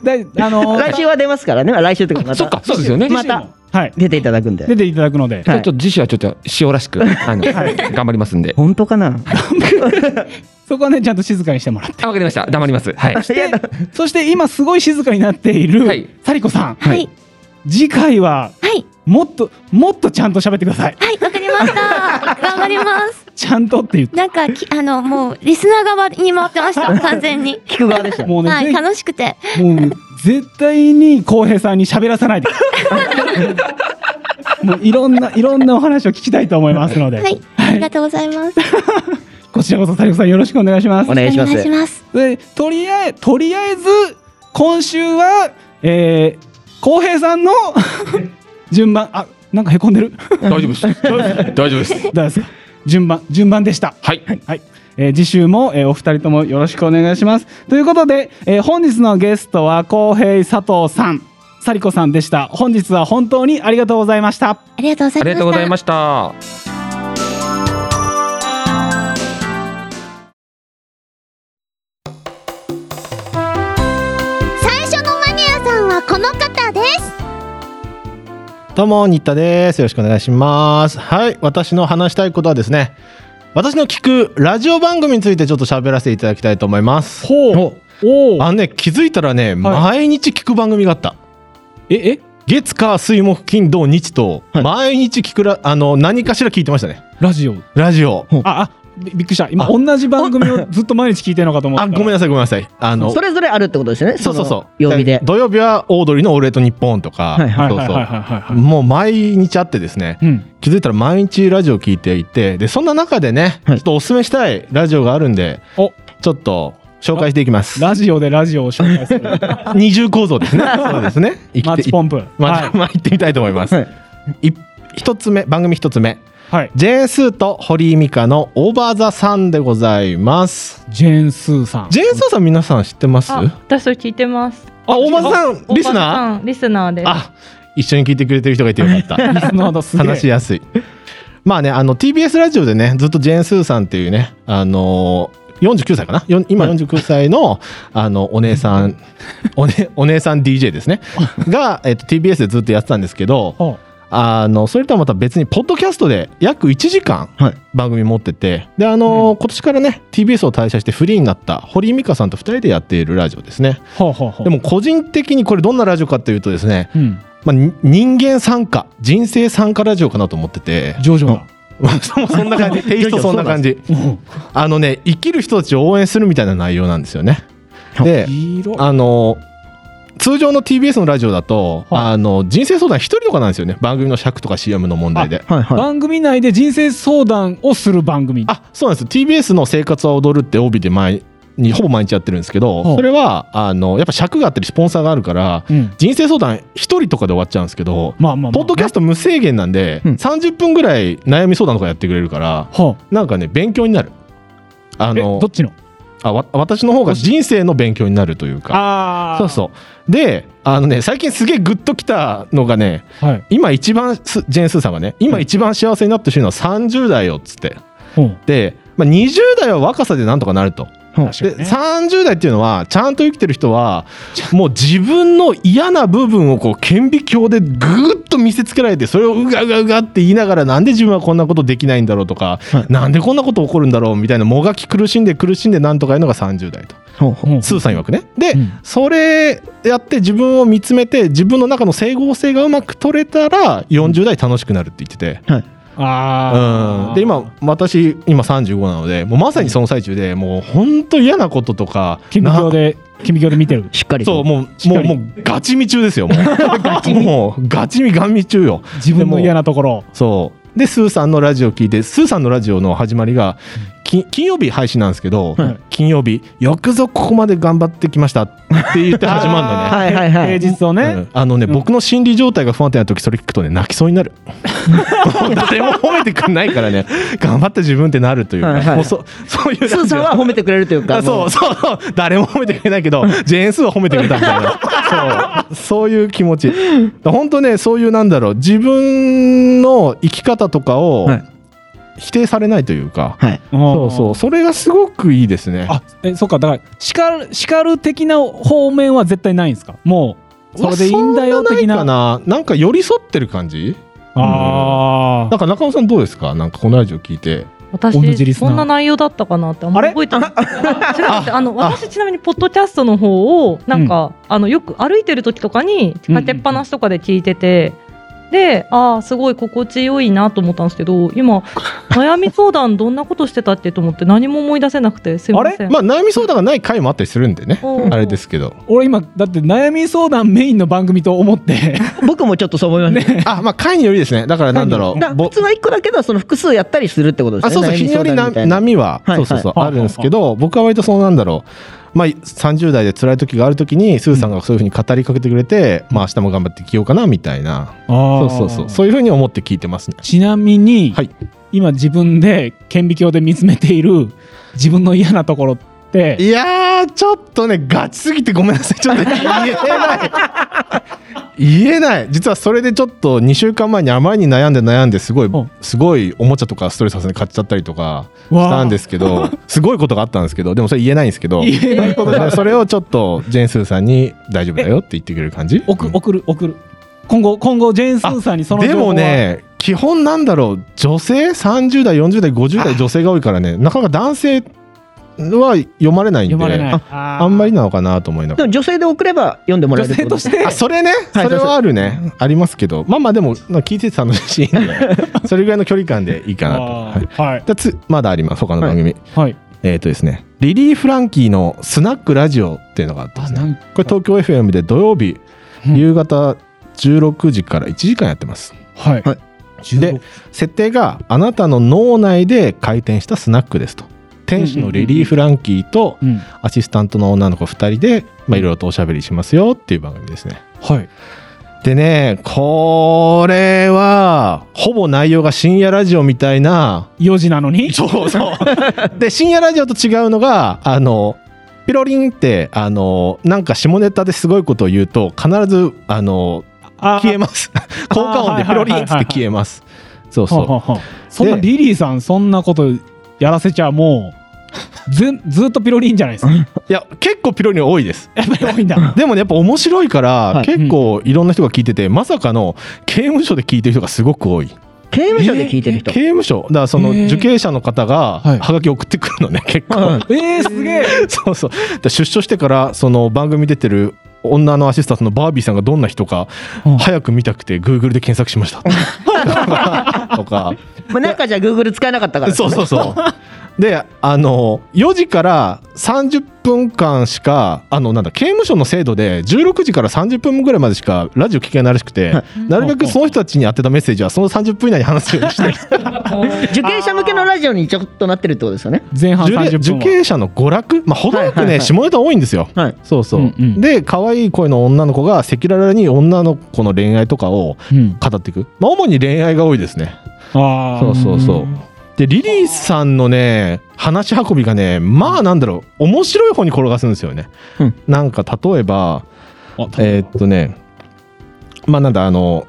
A: だいあ
B: <laughs>
A: の
B: 来週は出ますからね。来週とかまた。
F: そっかそうですよね
B: ま
A: 次週
B: た
A: もはい
B: 出ていただくんで
A: 出。ていただくので、
F: ちょっと次週はちょっと塩らしくあの、頑張りますんで
B: 本当かな。
A: そこはねちゃんと静かにしてもらって
F: あわかりました黙りますはい
B: やだ
A: そして今すごい静かになっている、
F: はい
A: サリコさん、
E: はい。
A: 次回は
E: はい。
A: もっともっとちゃんと喋ってください
E: はい。わかりました。頑張ります。
A: ちゃんとって言って
E: なんか、きあの、もう、リスナー側に回って
A: <laughs>
E: ました。完全に。
B: 聞く側でした。
A: もうね、
E: はい。
A: ぜ
E: 楽しくて。
A: もう絶対に浩平さんに喋らさ
E: <laughs>
A: ないでもういろんないろんなお話を聞きたいと思いますので、
E: はい。ありがとうございます。
A: こちらこそサリコさんよろしくお願いします
B: お願いしま
E: お願いし
B: す。
E: ます。
A: でとりあえとりあえず今週はえー、浩平さ
F: <laughs>
A: んの順番あなんかへこんでる
F: 大丈夫です大丈夫です
A: 大丈夫ですか順番順番でした
F: はい
A: はい、えー次週も、えーお二人ともよろしくお願いしますということで、えー本日のゲストは浩平佐藤さんサリコさんでした本日は本当にありがとうございました
E: ありがとうござい
F: あ
E: ま
F: りが
E: した。
F: とうございました
E: 最初のマニアさんはこの方です。
C: どうも、新田です。よろしくお願いします。はい、私の話したいことはですね、私の聞くラジオ番組についてちょっと喋らせていただきたいと思います。
A: ほうおお
C: あのね、気づいたらね、毎日聞く番組があった。
A: ええ
C: 月火水木金土日と、
B: はい
C: 毎日聞くら、あの、何かしら聞いてましたね。
A: ラジオ
C: ラジオ。
A: ああびびっくりした今同じ番組をずっと毎日聞いてるのかと思った
C: あごめんなさいごめんなさいあの
B: それぞれあるってことですよね
C: そうそうそう
B: 曜日で
C: 土曜日はオードリーの「オールエイトニッポン」とか、
B: はい
A: はい
C: そう
A: はい
C: そ
A: はいは
C: う
A: いはいはい
C: もう毎日あってですね
A: うん
C: 気づいたら毎日ラジオ聞いていてでそんな中でね、
B: はい
C: ちょっとおすすめしたいラジオがあるんで
A: お
C: ちょっと紹介していきます
A: ラジオでラジオを紹介する
C: <laughs> 二重構
B: <laughs>
C: 造ですねそうですね生きて
A: マッチポンプ
C: ま
A: は
C: あ、まあ行ってみたいと思います。
B: はい
C: い一つ目番組一つ目
A: い、はい、
C: ジェーン・スーと堀井美香の「オーバー・ザ・サン」でございます
A: ジェーン・スーさん
C: ジェーン・スーさん皆さん知ってます
D: あ
C: あ、
D: 私それ聞いてます。
C: 大場さんリスナ
D: ー
C: ー
D: リスナーです。
C: あ一緒に聞いてくれてる人がいてよか
A: <laughs>
C: った
A: リスナーだすげえ
C: 話しやすい。まあね、あの TBS ラジオでね、ずっとジェーン・スーさんっていうね、あのー、49歳かなよん今49歳のあのお姉さ
A: <laughs>
C: んお,、ね、お姉さん DJ ですねが、えっと TBS でずっとやってたんですけど
A: お
C: あのそれとはまた別にポッドキャストで約1時間
B: はい
C: 番組持っててであのー今年からね TBS を退社してフリーになった堀井美香さんと2人でやっているラジオですね
A: ほうほうほう
C: でも個人的にこれどんなラジオかというとですね
A: うん
C: まあ、に人間参加人生参加ラジオかなと思ってて
A: ジョジョだ
C: そうそん <laughs> な感じテイストそんな感じ <laughs> あのね生きる人たちを応援するみたいな内容なんですよね
B: はい
C: で
A: 色
C: あの通常の TBS のラジオだと、
A: は
C: あの人生相談一人とかなんですよね番組の尺とか CM の問題で
B: はいはい
A: 番組内で人生相談をする番組
C: あそうなんです TBS の「生活は踊る」って帯で毎にほぼ毎日やってるんですけど、
A: はい
C: それはあのやっぱ尺があったりスポンサーがあるから
A: うん
C: 人生相談一人とかで終わっちゃうんですけど、
A: まあまあまあ
C: ポッドキャスト無制限なんで、
B: うん
C: 30分ぐらい悩み相談とかやってくれるから、
A: はあ
C: なんかね、勉強になる。あ
A: え
C: の
A: どっちの
C: あわ私の方が人生の勉強になるというか。
A: あ
C: そうそう。で、あのね、最近すげえグッときたのがね、
A: うはい
C: 今一番す、ジェーン・スーさんがね、今一番幸せになってほしいのは30代よっつって。
A: うん
C: で、まあ、20代は若さでなんとかなると。
A: 確か
C: で
A: にね
C: 30代っていうのはちゃんと生きてる人はもう自分の嫌な部分をこう顕微鏡でぐーっと見せつけられてそれをうがうがうがって言いながらなんで自分はこんなことできないんだろうとか、
B: はい
C: なんでこんなこと起こるんだろうみたいなもがき苦しんで苦しんでなんとかいうのが30代と、
B: ほうほう
A: うん
C: スーさん曰くねで、
A: うん
C: それやって自分を見つめて自分の中の整合性がうまく取れたら40代楽しくなるって言ってて。
B: はい
A: あ
C: う
A: あ、
C: ん、で今私今35なのでもうまさにその最中でもう本当嫌なこととか
A: 顕微
C: な
A: 鏡で顕微鏡で見てる
B: しっかりと
C: そうもう
A: っ
C: も
A: か
C: う
A: り
C: もうガチ見中です
B: <laughs>
C: よもうもうガチ見ガン見中よ
A: 自分の嫌なところを
C: そうでスーさんのラジオ聞いてスーさんのラジオの始まりがき金曜日配信なんですけど、
B: はい
C: 金曜日よくぞここまで頑張ってきましたって言って始まるのね
B: あ <laughs> はいはいはい
A: 平日をね、
C: うんあのね、僕の心理状態が不安定な時それ聞くとね泣きそうになる誰も褒めてくんないからね頑張った自分ってなるというか、
B: はいはい
C: もうそそういう
B: スーさんは褒めてくれるというか
C: あそうそうそう誰も褒めてくれないけどジェーン・スーは褒めてくれたみたいなそうそういう気持ち本当ねそういうなんだろう自分の生き方とかを
B: はい
C: 否定されないというか、
B: はい
C: そうそうそれがすごくいいですね
A: あ <laughs> えそうかだから叱る叱る的な方面は絶対ないんですかもうそれでいいんだよ
C: そ
A: 的
C: んな
A: な
C: ないかななんか寄り添ってる感じ
A: あ
C: なんか中野さんどうですかなんかこのラジオ聞いて
A: 同じリ
D: 私
A: スナ
D: そ
A: ー
D: んな内容だったかなってあんま
A: あれ
D: 覚えてない。
A: <laughs>
D: あ違いますあの私ちなみにポッドキャストの方をなんか、あのよく歩いてる時とかに立てっぱなしとかで聞いてて。でああすごい心地よいなと思ったんですけど
A: <laughs>
D: 今悩み相談どんなことしてたっけと思って何も思い出せなくてすいません
C: まあ悩み相談がない回もあったりするんでね
D: おー
C: あれですけど
A: 俺今だって悩み相談メインの番組と思って
B: <laughs> 僕もちょっとそう思いま
A: <laughs>
B: した
C: あまあ回によりですねだからなんだろう
B: だから
C: ぼ
B: 普通は一個だけどその複数やったりするってことですね
C: あそうそう
B: 悩
C: 日
B: み
C: によ
B: 相談
C: りな
B: みたいな
C: 波は、
B: はい
C: そうそうそう、
A: はい
C: あるんですけど僕は割とそのなんだろうまあ30代で辛い時がある時にスーさんがそういうふうに語りかけてくれて、まあ明日も頑張って生きようかなみたいな、
A: そ
C: そうそうそうそういうふうに思って聞いてますね
A: ちなみに、
C: はい
A: 今自分で顕微鏡で見つめている自分の嫌なところって
C: いやーちょっとねガチすぎてごめんなさいちょっと
A: <laughs>
C: 言えない言えない実はそれでちょっと2週間前にあまりに悩んで悩んですごい
A: うん
C: すごいおもちゃとかストレス発散で買っちゃったりとかしたんですけどすごいことがあったんですけどでもそれ言えないんですけど
A: 言えないことだ
C: それをちょっとジェーン・スーさんに「大丈夫だよ」って言ってくれる感じ
A: 送
C: うん
A: 送る送る今後今後ジェーン・スーさんにその情
C: で
A: 報は
C: もね基本なんだろう女性30代40代50代女性が多いからねなかなか男性は読まれないんで
A: 読まれない。
C: ああんまりなのかなと思いなが
B: で
C: ら
B: も女性で送れば読んでもらえ
A: 女
B: る
A: 性としてて
C: あそれね、
B: はい
C: それはあるねありますけどまあまあでもまあ聞いてて楽しいん
A: <laughs>
C: でそれぐらいの距離感でいいかなと、
A: あ
C: はい
A: ーはい
C: でつまだあります他の番組、
A: はい
C: えっ、とですねリリー・フランキーの「スナックラジオ」っていうのがあってです
A: あなん
C: ね
A: か
C: これ東京 FM で土曜日
A: うん
C: 夕方16時から1時間やってます、
A: はい
B: はい
C: で設定があなたの脳内で回転したスナックですと店主のリリー・フランキーと
A: うん
C: アシスタントの女の子2人でまあいろいろとおしゃべりしますよっていう番組ですね
A: はい
C: でねこれはほぼ内容が深夜ラジオみたいな
A: 4時なのに
C: そうそう。で、深夜ラジオと違うのが、あの、ピロリンって、あの、なんか下ネタですごいことを言うと、必ず、あの、
A: あ
C: 消えます。効果音でピロリンっつって消えます。そう
A: は
C: そ
A: ははそんな
C: で
A: リリーさんそんなことやらせちゃもうず <laughs> ずっとピロリンじゃないですか
C: う。いや、結構ピロリン多いです。
A: やっぱり多いんだ
C: <laughs> でもね、やっぱ面白いから、
B: はい
C: 結構いろんな人が聞いてて、まさかの刑務所で聞いてる人がすごく多い。
B: 刑務所で聞いてる人、
C: 刑務所だからその
A: へー
C: 受刑者の方が、
A: はい
C: はがき送ってくるの
A: <laughs>
C: ね、結構。
B: はい
C: <laughs>
A: えー、すげえ
C: そうそう。で出所してから、その番組出てる女のアシスタントのバービーさんがどんな人か
A: うん、
C: 早く見たくて、グーグルで検索しました。
A: <laughs>
C: とか、
B: まあ、なんかじゃあ Google 使えなかったから
C: そうそうそう。で、あの、4時から30分間しか、あの、なんだ、刑務所の制度で、16時から30分ぐらいまでしかラジオ聞けないらしくて、なるべくその人たちに当てたメッセージは、その30分以内に話すようにして、
B: <laughs> 受刑者向けのラジオにちょっとなってるってことですよね
A: 前半
C: 受
A: 30
C: 受
A: 分は
C: 刑者の娯楽、まあ、程よく
B: はいはいは
C: ね、
B: い
C: 下ネタ多いんですよ。
B: はい
C: そうそう。
A: うんうん
C: で、可愛い声の女の子が赤裸々に女の子の恋愛とかを
A: うん
C: 語っていく。まあ、主に恋愛が多いですね。
A: あ
C: そうそうそう。で、リリーさんのね、話し運びがね、まあなんだろう、面白い方に転がすんですよね。
B: うん
C: なんか例えば、
A: うあた
C: えーっとね、まあなんだ、あの、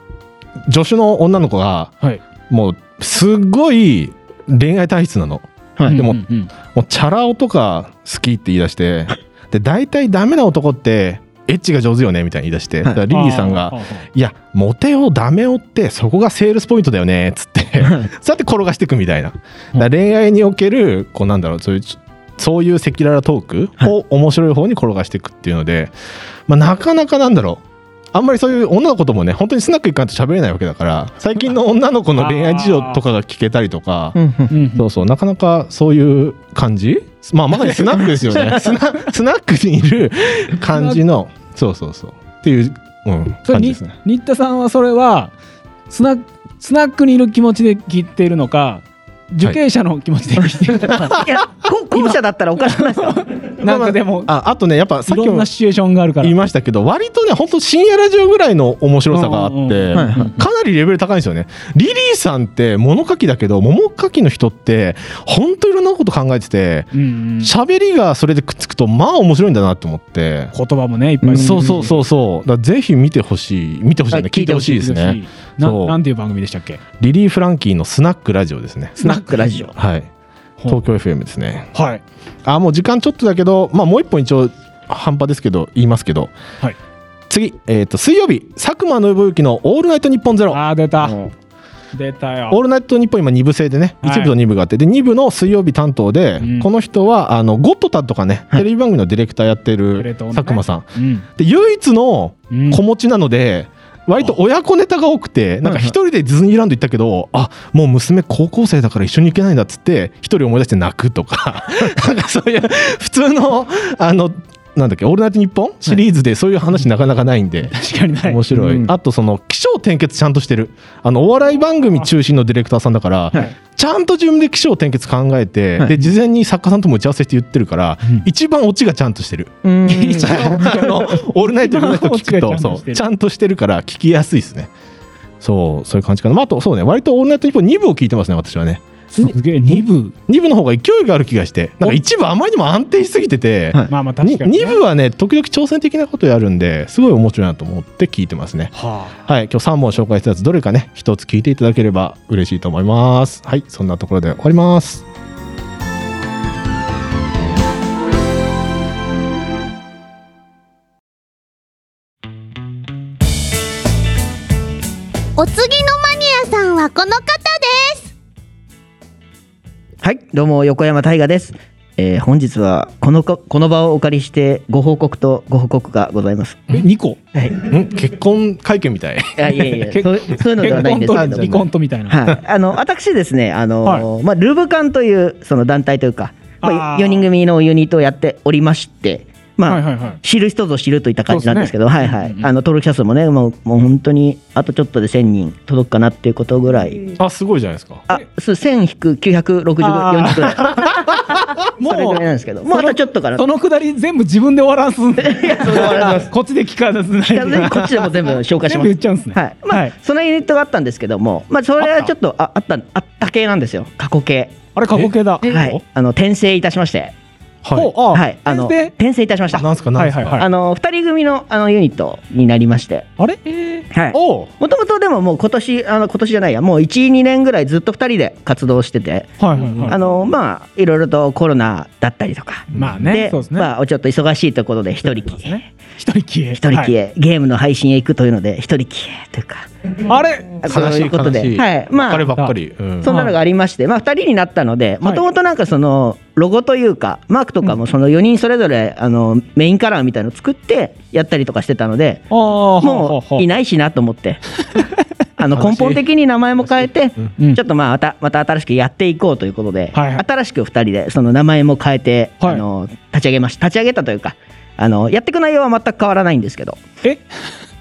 C: 助手の女の子が、
A: はい
C: もう、すっごい恋愛体質なの。
B: はい
C: でも
A: うんうん
C: もうチャラ男が好きって言い出してで大体ダメな男ってエッチが上手よねみたいに言い出して、
B: はい
C: だからリリーさん
A: あ
C: が
A: ー
C: 「いやモテをダメをってそこがセールスポイントだよね」っつってそうやって転がしていくみたいなだから恋愛におけるこうなんだろうそういうそういう赤裸々トークを面白い方に転がしていくっていうので、まあ、なかなかなんだろうあんまりそういう女の子ともね本当にスナック行かないと喋れないわけだから最近の女の子の恋愛事情とかが聞けたりとか
B: う。んうん
A: うんうん
C: そうそう、なかなかそういう感じまあ、まさにスナックですよね。スナスナックにいる感じの、そうそうそう。っていう、うん、
A: それ
C: 感じ
A: に
C: ですね。
A: 新田さんはそれはスナスナックにいる気持ちで聞いているのか受刑者の気持ちで聞いているのか、
B: いやこ後者だったらおかしくないですか
A: <laughs> なんかでも
C: ああとね、やっぱさ
A: い
C: っき
A: ろん
C: も
A: なシチュエーションがあるから
C: 言いましたけど、割とね、本当深夜ラジオぐらいの面白さがあっ
A: うんうん
C: て、
B: はいはい
C: かなりレベル高いんですよね。リリーさんって物書きだけど、桃書きの人って、本当いろんなこと考えてて、
A: うんうん
C: 喋りがそれでくっつくと、まあ面白いんだなと思って。
A: 言葉もねいっぱい
C: そうそうそうそう。だからぜひ見てほしい。見てほしいね、
B: はい
C: 聞いてほしいですね。
A: な
C: そう
A: なんていう番組でしたっけ
C: リリー・フランキーのスナックラジオですね。
B: スナックラジオ
C: はい。東京 FM ですね。
A: はい
C: あ、もう時間ちょっとだけど、まあもう一本一応半端ですけど、言いますけど。
A: はい
C: 次、えっ、と、水曜日、佐久間信之のオールナイトニッポンゼロ。
A: あー出た
B: うん
A: 出たよ
C: オールナイトニッポン今2部制でね、
A: はい
C: 一部と2部があって、で、2部の水曜日担当で、
A: うん
C: この人は、あの、ゴッドタンとかね、テレビ番組のディレクターやって
A: テレ
C: る
A: 東のね
C: 佐久間さん。
A: うん
C: で、唯一の
A: うん
C: 子持ちなので、割と親子ネタが多くて、なんか一人でディズニーランド行ったけど、あもう娘高校生だから一緒に行けないんだっつって、一人思い出して泣くと
A: <laughs>
C: か、なんかそういう普通の、あの、なんだっけ、オールナイトニッポンシリーズでそういう話なかなかないんで。
A: 確かにない
C: 面白い、
B: うん
C: あとその起承転結ちゃんとしてるあのお笑い番組中心のディレクターさんだか
B: は
C: ら、
B: い
C: ちゃんと自分で起承転結考えて、
B: はい
C: で事前に作家さんとも打ち合わせして言ってるから、一番オチがちゃんとしてる
B: うん
C: 一応 <laughs> あのオールナイトニッポンの人聞くと
A: 一番
C: そ
A: 落ちがちゃんとして
C: うちゃんとしてる
A: る
C: から聞きやすいですねそうそういう感じかな、まあ、あとそうね割とオールナイトニッポン2部を聞いてますね私はね
A: すげえ2部
C: 2部の方が勢いがある気がしてなんか1部あまりにも安定しすぎてて、
B: はい
A: まあまあ確
C: に
A: かにね
C: 2部はね時々挑戦的なことやるんですごい面白いなと思って聞いてますね
A: は
C: はい今日3本紹介したやつどれかね1つ聞いていただければ嬉しいと思いますはいそんなところで終わります
E: お次のマニアさんはこの方です
B: はい、どうも横山大我です。えー本日はこのここの場をお借りしてご報告とご報告がございます。
A: え二個
B: はい、
C: ん結婚会見みたい。
B: あいや
C: <laughs>
B: いや
A: 結
B: そうそういうのでは
A: 結
B: ないん
A: 婚
B: で
A: と
B: すけど
A: 離
B: も
A: 婚とみたいな。
B: はい、あの私ですね、あの
A: は
B: まあ、ルブカンというその団体というか、ま
A: あ
B: あ、
A: ー
B: 4人組のユニットをやっておりまして、まあ
A: はいはいはい。
B: 知る人ぞ知るといった感じなんですけど、はいはい、
A: うんうん
B: あの登録者数もね、もうもう本当にあとちょっとで1000人届くかなっていうことぐらい、
C: あ、すごいじゃないですか。
B: あそう1000-960ぐ
A: あー
B: 40くらい、
A: も
B: それぐらいなんですけど、もうあとちょっとかな
A: そのくだり全部自分で終わらすんで。こっちで聞かずない
B: いやねこっちでも全部紹介します
A: 全部言っちゃうんですね
B: はいまあ
A: はい
B: そのユニットがあったんですけども、まあ、それはちょっとああったあった系なんですよ過去形
A: あれ過去形だ。
B: はいあの転生いたしまして
A: ほう
C: は
A: あ
B: はいあの
A: 転生
B: 転生いたしました
C: い。なんすか、なんすか。
A: はいはいはい
B: あの2人組のあのユニットになりまして
A: あれ
B: はい
C: おう
B: もともとでももう今年あの今年じゃないやもう12年ぐらいずっと2人で活動してて、
A: はいはいはい。
B: あのまあいろいろとコロナだったりとか、
A: まあね
B: で、
A: そうですね。
B: まあちょっと忙しいところで一人きり
A: 一人消え。
B: 一人消
A: え。
B: え、ゲームの配信へ行くというので一人消えというか
A: あれ
B: そういうこと
C: 悲し
B: で、
C: い
B: はい、ま
C: あれ
B: あ
C: ばっかり。うん
B: そんなのがありまして、まあ、2人になったのでもともとなんかそのロゴというかマークとかもその4人それぞれあのメインカラーみたいの作ってやったりとかしてたので
A: ああ、
B: もういないしなと思って
A: <laughs>
B: あの根本的に名前も変えて
A: うん
B: ちょっとまあまたまた新しくやっていこうということで、
A: はいはい
B: 新しく2人でその名前も変えて、
A: はい
B: あの立ち上げました立ち上げたというかあのやっていく内容は全く変わらないんですけど
A: え
B: <laughs>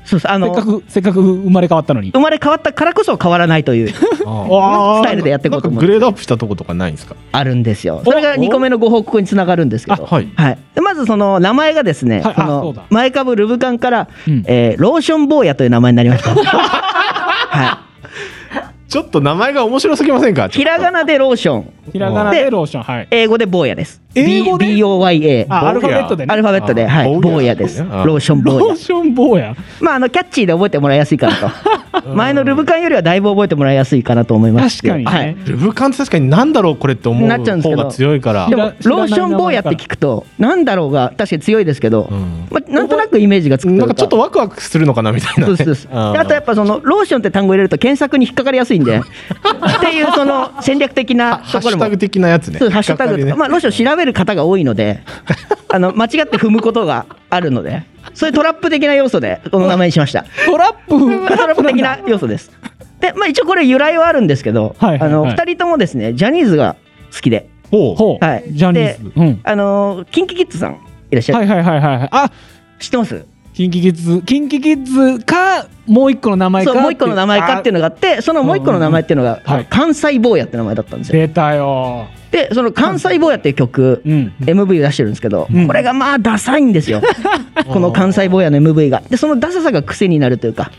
B: そうそうあ
A: せっ
B: の
A: かく、せっかく生まれ変わったのに。
B: 生まれ変わったからこそ変わらないという。
A: <laughs> あ
B: スタイルでやっていこ
C: な
B: うんと
C: か
B: 思
C: グ
B: う
C: レードアップしたとことかないんですか。
B: あるんですよそれが
A: お
B: 2個目のご報告につながるんですけど、
C: あはい
B: でまずその名前がですね、
A: はいあ
B: そ
A: そう
B: の
A: だ
B: 前株ルブカンから、
A: うん
B: えーローション坊やという名前になりました、は
C: ちょっと名前が面白すぎませんか。
B: い、ひらがなでローション
A: ひらがなでローション。はい。
B: 英語で坊やです
A: 英語で
B: B- ?BOYA
A: あ、アルファベットで
B: ア
A: ね
B: ル。ファベットで、
C: あ
B: はい、
C: 坊や
B: 坊やです
C: そうですねあ
B: ローション
A: ロ
B: 坊や
A: ーション坊や。
B: まああのキャッチーで覚えてもらいやすいかなと前のルブカンよりはだいぶ覚えてもらいやすいかなと思います
A: 確かに
B: はい
A: ね。
C: ルブカンって確かになんだろうこれって思う
B: なっちゃうんですけ
C: 方
B: ど
C: が強いから
B: で。も
A: 知ら知らない
B: ローション坊やって聞くとなんだろうが確かに強いですけど、
C: うん
B: まあ、なんとなくイメージがつくという
C: なんかちょっとワクワクするのかなみたいな
B: そう
C: ね。
B: そうそうで
C: ん
B: あとやっぱそのローションって単語入れると検索に引っかかりやすいんでっていうその戦略的なと
C: ハッ
B: ころ
C: シュ
B: も
C: タグ的なやつね。
B: そうハッシュタグとか、まあ、ローション調べる方が多いの
A: <laughs>
B: であの間違って踏むことがあるのでそういうトラップ的な要素でこの名前にしました
A: トラップ。
B: トラップ的な要素ですで、まあ、一応これ由来はあるんですけど、
A: はいはいはい
B: あの2人ともですねジャニーズが好きで
C: ほう
A: ほう。
B: はい
A: ジャニーズ。うん。
B: あのキンキキッズさんいらっしゃる、
A: はいはいはいはいはい。あ、
B: 知ってます
A: キンキキッズ、キンキキッズか、もう一個の名前
B: そ
A: か。
B: うもう一個の名前かっていう
A: の。
B: のがあってそのもう一個の名前っていうのが、
A: うんはい
B: 関西坊やって名前だったんですよ
A: 出たよ。
B: でその「関西坊や」っていう曲、
A: うん。
B: MV 出してるんですけど、
A: うん
B: これがまあダサいん
A: <laughs>
B: ですよこの「関西坊や」の MV がでそのダサさが癖になるというか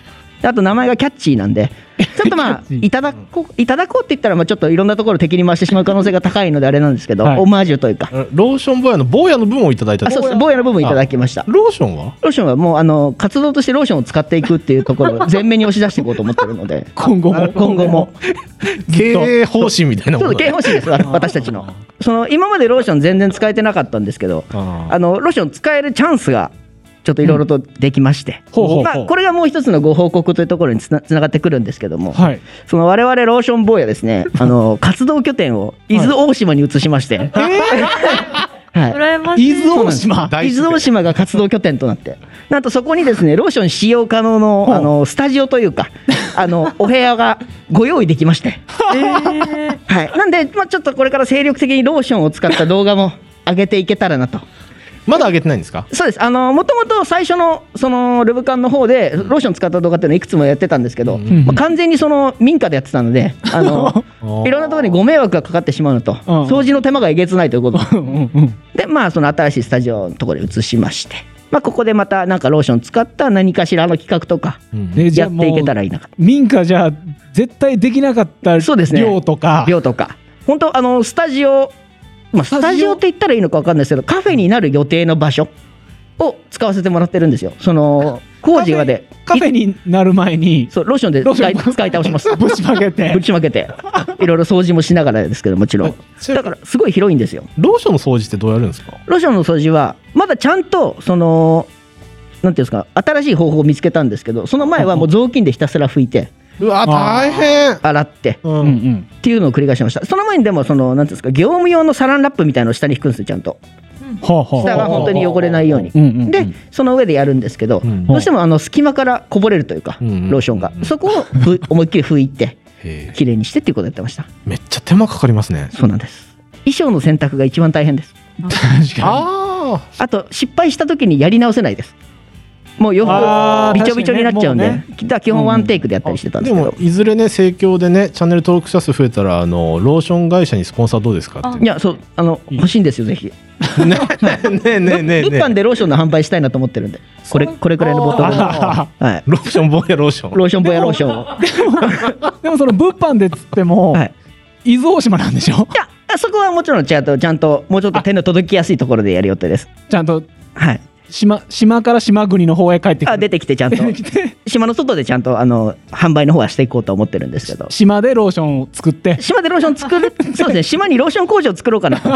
B: であと名前がキャッチーなんでちょっとまあ
A: <laughs> キャッチー
B: いただこういただこうって言ったらまあちょっといろんなところを敵に回してしまう可能性が高いのであれなんですけど、
A: はい
B: オマージュというか
C: ローション坊やの坊やの分をいただいた
B: あそうです坊やの部分いただきました
C: ローションは
B: ローションはもうあの活動としてローションを使っていくっていうところを前面に押し出していこうと思ってるの
C: <laughs>
B: で
A: 今後も。
B: 今後も。
C: 経営方針みたいな
B: ちょ
C: も
B: っ
C: の
B: と経営方針です、わ <laughs> 私たちの。その今までローション全然使えてなかったんですけど、
C: あー
B: あのローション使えるチャンスがちょっといろいろとできまして、
A: ほうほうほう
B: まあ、これがもう一つのご報告というところにつなつながってくるんですけども、
A: はい。
B: その我々ローション坊やですね、あの活動拠点を伊豆大島に移しま
C: <laughs>
B: して、はい
D: 羨ましい
A: 伊豆大島。
C: 大
B: 伊
C: 自然
B: 豆大島が活動拠点となって、なんとそこにですねローション使用可能のあのスタジオというか、あのお部屋がご用意できまして、はい、なんで、まあ、ちょっとこれから精力的にローションを使った動画も上げていけたらなと。
C: まだ上げてないんですか
B: そうですあのもともと最初のそのルブカンの方でローション使った動画っていうのいくつもやってたんですけど、
A: ん
B: まあ、完全にその民家でやってたのであの <laughs> いろんなところにご迷惑がかかってしまうのと掃除の手間がえげつないということで
A: うんうんうん。
B: でまあその新しいスタジオのところに移しまして、まあ、ここでまたなんかローション使った何かしらの企画とか
A: えじゃ
B: や
A: あ
B: ってい
A: もう
B: けたらいいな
A: 民家じゃ絶対できなかった
B: そうですね
A: 量とか、
B: 量とか本当あのスタジオ、まあ、スタジオって言ったらいいのか分かんないですけどカフェになる予定の場所を使わせてもらってるんですよその工事がで
A: カフェになる前に
B: そうローションで
A: ローショ
B: 使
A: ン
B: い使い倒します
A: <laughs> ぶちまけて
B: ぶちまけていろいろ掃除もしながらですけどもちろん
C: そう
B: だからすごい広いんですよ
C: ローションの掃除ってどうやるんですか
B: ロションの掃除はまだちゃんとそのなんていうんですか新しい方法を見つけたんですけどその前はもう雑巾でひたすら拭いて
C: うわ大変
B: 洗って
C: う
A: うん
C: ん
A: うん。
B: っていうのを繰り返してましたその前にでもそのなんていうんですか業務用のサランラップみたいのを下に引くんですよちゃんと
A: はあ、はあ。
B: 下が本当に汚れないように
A: うんうんうん
B: でその上でやるんですけど、
C: うん
B: どうしてもあの隙間からこぼれるというか、
C: うん
B: ローションが
C: うん
B: そこを
A: <laughs>
B: ふ思いっきり拭いて
C: へえ
B: 綺麗にしてっていうことをやってました
C: めっちゃ手間かかりますね
B: そうなんです衣装の洗濯が一番大変です
A: 確かに。
C: ああ
B: あと失敗した時にやり直せないですもう洋
A: あー
B: 服びちょびちょになっちゃうんで、
A: 確
B: だから基本ワンテイクでやったりしてたんで
C: です
B: けど、
C: もいずれね盛況でねチャンネル登録者数増えたらあのローション会社にスポンサーどうですかって
B: いやそうあの欲しいんですよぜひ
C: ねねねねね
B: 物
C: ね
B: 販でローションの販売したいなと思ってるんでこれこれくらいのボトルの
A: あ
C: <laughs>
B: はい
C: ローションボーやローション
B: ローションボヤローションをは
A: ーでもその物販でっつっても、
B: い
A: 伊豆大島なんでし
B: い
A: ょ
B: やそこはもちろんちゃんとちゃんともうちょっと手の届きやすいところでやる予定です
A: ちゃんと
B: はい
A: 島島から島国の方へ帰ってくる
B: あ出てきてちゃんと
A: 出てきて
B: 島の外でちゃんとあの販売の方はしていこうと思ってるんですけど
A: 島でローションを作って
B: 島でローション作
A: <laughs>
B: るそうですね島にローション工場を作ろうかなと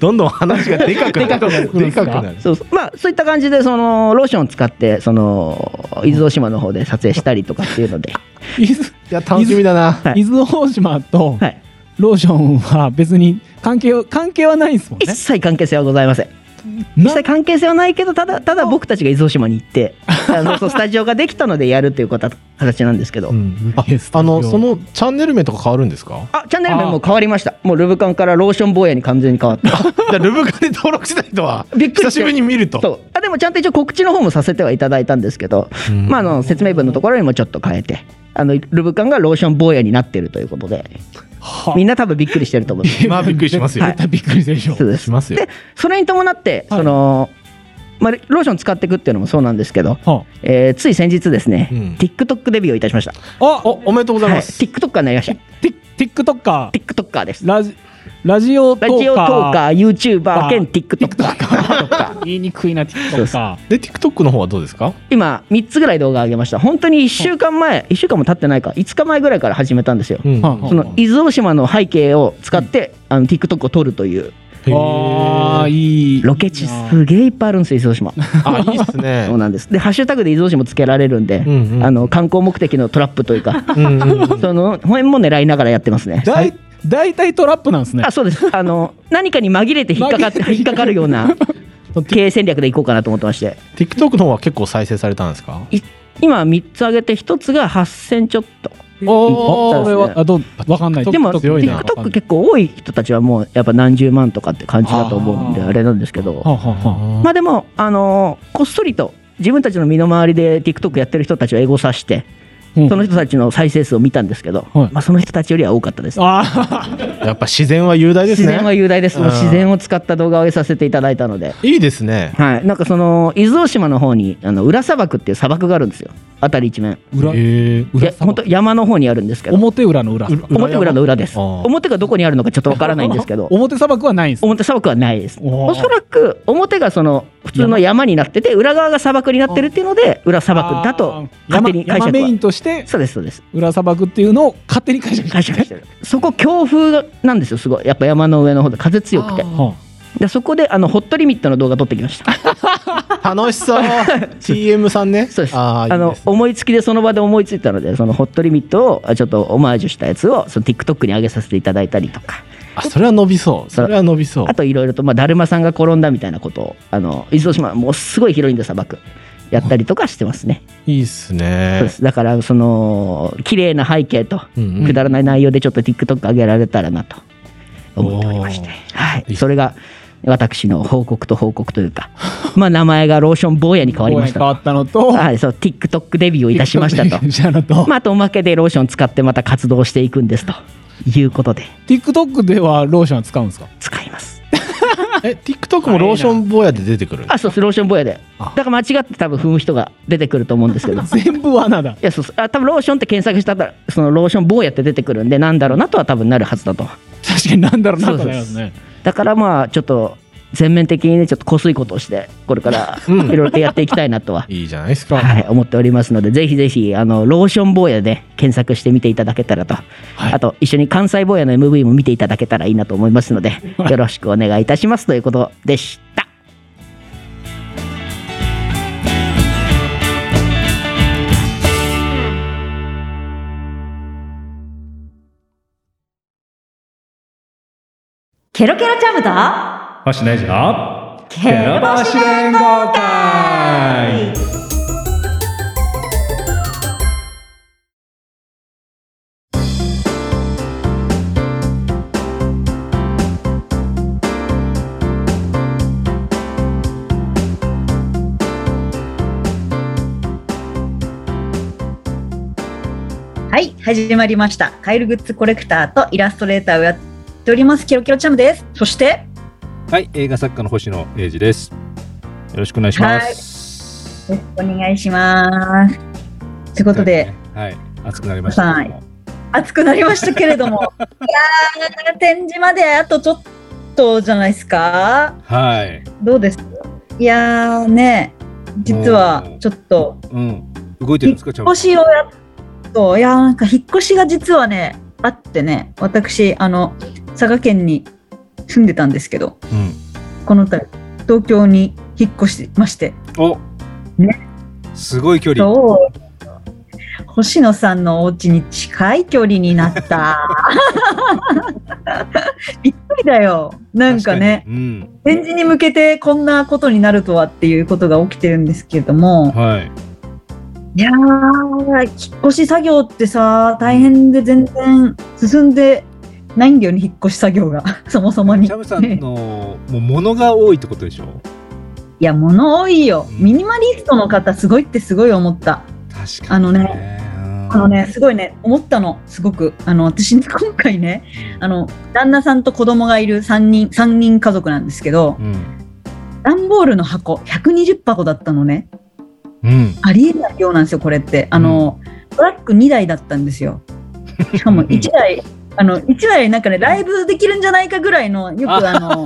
C: どんどん話がでかくなるでかくなる
B: そうそうまあそういった感じでそのローションを使ってその伊豆大島の方で撮影したりとかっていうので、
A: 伊豆
C: いや楽しみだな
B: はい
A: 伊豆大島と
B: はい、
A: ローションは別に関係を関係はないんですもん
B: 一
A: ね。
B: 切関係性はございません一
A: な
B: 切関係性はないけどただただ僕たちが伊豆大島に行っ
A: <laughs>
B: てあのそうスタジオができたのでやるっていうこと形なんですけど、
C: うんあ
A: いいですね
C: あのそのチャンネル名とか変わるんですか
B: あチャンネル名もう変わりましたもうルブカンからローション坊やに完全に変わった
C: じゃあルブカで登録した人は
B: びっくりして
C: 久しぶりに見ると
B: そうあでもちゃんと一応告知の方もさせてはいただいたんですけど、
C: うん
B: まあ、あの説明文のところにもちょっと変えてあのルブカンがローション坊やになってるということで
A: は
B: みんな多分びっくりしてると思うんです
C: <laughs> まあびっくりしますよ
B: はい
A: 絶対びっくりするでしょ。
B: そうで
C: し
B: す
C: ますよ
B: でそれに伴って
A: はい
B: その、まあ、ローション使っていくっていうのもそうなんですけど、
A: は
B: えーつい先日ですね、
C: うん
B: TikTok デビューをいたしました、
A: あ、あ
C: おおめでとうござい
B: はい、
C: ます、
B: TikToker になりました
A: ティティックトッカー、
B: TikToker です
A: ラジラジオト
B: ラジ
A: ー
B: オト
A: カー、
B: ーカー YouTuber 兼
A: TikToker
B: TikToker <laughs>
A: 言いにくいなティックトッカ
C: で TikTok の方はどうですか
B: 今3つぐらい動画上げました本当に1週間前1週間も経ってないか5日前ぐらいから始めたんですよ、
C: うん
A: はあは
B: その伊豆大島の背景を使って、あの TikTok を撮るという
C: へ
A: ー。
C: ー
A: ああいい。
B: ロケ地すげえいっぱいあるんですよ伊豆大島
C: あいいっすね
B: <laughs> そうなんですでハッシュタグで伊豆大島つけられるんで、
C: うんうん
B: あの観光目的のトラップというか
C: うんうんう
B: <laughs>
C: ん
B: その辺も狙いながらやってますね
A: だいだいたいトラップなんですね
B: あ。そうですあの何かに紛れて引っかかって
A: 紛れて
B: 引っかかるような経営戦略でいこうかなと思ってまして
C: TikTok の方は結構再生されたんですか
B: い今3つ上げて1つが8000ちょっと
A: お
B: あ
A: お、これはあどうわかんない。
B: でも
C: 強いな
B: TikTok 結構多い人たちはもうやっぱ何十万とかって感じだと思うんで
A: あー
B: あれなんですけど
A: はあはあは
B: まあでもあのーこっそりと自分たちの身の回りで TikTok やってる人たちをエゴさして
A: うん
B: その人たちの再生数を見たんですけど、
A: はい
B: まあ、その人たちよりは多かったです。
A: あ。ああ。
C: <laughs> やっぱ自然は雄大です
B: 自
C: ね
B: 然は雄大です。もう
C: うん
B: 自然を使った動画を上げさせていただいたので。
C: いいですね
B: はい、なんかその伊豆大島の方にあの裏砂漠っていう砂漠があるんですよ辺り一面
A: 裏
C: へえ
B: いや本当山の方にあるんですけど
A: 表裏の裏。
C: う
B: 表裏の裏です
C: あー
B: 表がどこにあるのかちょっとわからないんですけど
A: <laughs> 表砂漠はないんです。
B: 表砂漠はないです
A: おー
B: おそらく表がその普通の山になってて裏側が砂漠になってるっていうので裏砂漠だと勝手に解
A: 山
B: 釈
A: メイ
B: は
A: ンとして
B: そうですそうです
A: 裏砂漠っていうのを勝手に解釈
B: 解釈してるそこ強風なんですよすごいやっぱ山の上の方で風強くて
A: は
B: でそこであのホットリミットの動画撮ってきました
C: 楽しそう
B: <laughs>
C: TM さんね
B: そうです
C: あ
B: あ
C: ーいい
B: の
C: ですね
B: 思いつきでその場で思いついたのでそのホットリミットをあちょっとオマージュしたやつをその TikTok に上げさせていただいたりとか
C: あそれは伸びそうそれは伸びそう
B: あといろいろと、まあ、だるまさんが転んだみたいなことをあの伊豆大島もうすごい広いんで砂漠やったりとかしてますね
C: いいっす
B: そうで
C: ね
B: すだからその綺麗な背景と
C: うんうん
B: くだらない内容でちょっと TikTok 上げられたらなと思っておりまして、
C: おー
B: はい、それが私の報告と報告というか、
A: <laughs>
B: まあ、名前がローション坊やに変わりまし
A: 変わ
B: た
A: ったのと、
B: はい、そう TikTok デビューをいたしましたと、
A: したのと。
B: まあ、あとおまけでローション使ってまた活動していくんですということで
A: TikTok ではローションは使うんですか。
B: 使います
C: え TikTok もローション坊やで出てくる
B: あそうですローション坊やでだ
C: あ。
B: から間違って多分踏む人が出てくると思うんですけどい
A: <laughs> 全部罠だ。
B: やそうそうあ多分ローションって検索したらそのローション坊やって出てくるんでなんだろうなとは多分なるはずだと
A: 確かになんだろうなと思いますね。
B: だからまあちょっと全面的にねちょっとこすいことをしてこれからいろいろとやっていきたいなと
A: <laughs>
B: は
C: いいじゃないですか
B: はい、思っておりますので、ぜひぜひ、あの、ローション坊やで検索してみていただけたらと、あと、一緒に関西坊やの MV も見ていただけたらいいなと思いますので、よろしくお願いいたしますということでした。
H: ケロケロチャムだ
I: はしないじゃん
H: ケロボシ連合会
J: はい、始まりました。カエルグッズコレクターとイラストレーターをやっております、ケロケロチャムです。そして、
I: はい映画作家の星野英二ですよろしくお願いします
J: よろしくお願いします。ということで、
I: はい熱くなりましたけども
J: 暑くなりましたけ
I: <laughs>
J: れども、いやー、展示まであとちょっとじゃないですか。
I: はい
J: どうですいやーね、実は
I: うん
J: ちょっと、
I: うん動いてるん
J: 引っ
I: ですかちゃんと
J: 越しをやっと、いやー、なんか引っ越しが実はね、あってね、私、あの、佐賀県に住んでたんですけど、
I: うん
J: この度、東京に引っ越しまして、
I: お
J: ね
I: すごい距離
J: そう。星野さんのお家に近い距離にな
I: <laughs>
J: った。びっくりだよ。なんかね、
I: 確にうん
J: 展示に向けてこんなことになるとはっていうことが起きてるんですけれども、
I: はい
J: いやー、引っ越し作業ってさ、大変で全然進んでないんだよね、引っ越し作業が、 <laughs> そもそもに。
I: チャムさんのもう物が多いってことでしょ
J: いや、物多いよ。ミニマリストの方、すごいってすごい思った。
I: 確か
J: あ
I: に
J: のね、あのね、すごいね、思ったの、すごく。あの、私、今回ね、あの、旦那さんと子供がいる3人、三人家族なんですけど
I: う、ん
J: 段ボールの箱、120箱だったのね。
I: うん
J: ありえない量なんですよ、これって。あの、トラック2台だったんですよ。しかも1台、あの、1台なんかね、ライブできるんじゃないかぐらいの、よくあの、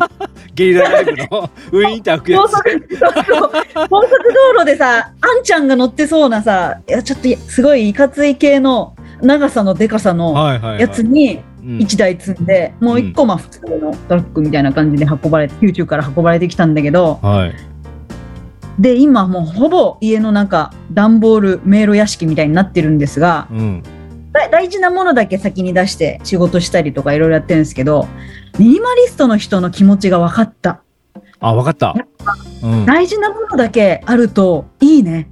I: ゲリラライブの <laughs> ウィンタークや
J: 高
I: つ
J: 速、そうそう高速道路でさ、あんちゃんが乗ってそうなさ、いや、ちょっとすごいいかつい系の長さのでかさの
I: はいはいはい
J: やつ
I: う
J: に、
I: ん
J: 1台積んで、もう1個まあ普通のトラックみたいな感じで運ばれて九州から運ばれてきたんだけど
I: はい
J: で今もうほぼ家のなんか段ボール迷路屋敷みたいになってるんですが
I: うん
J: だ大事なものだけ先に出して仕事したりとかいろいろやってるんですけどミニマリストの人の気持ちが分かった
I: あわかったうん
J: 大事なものだけあるといいね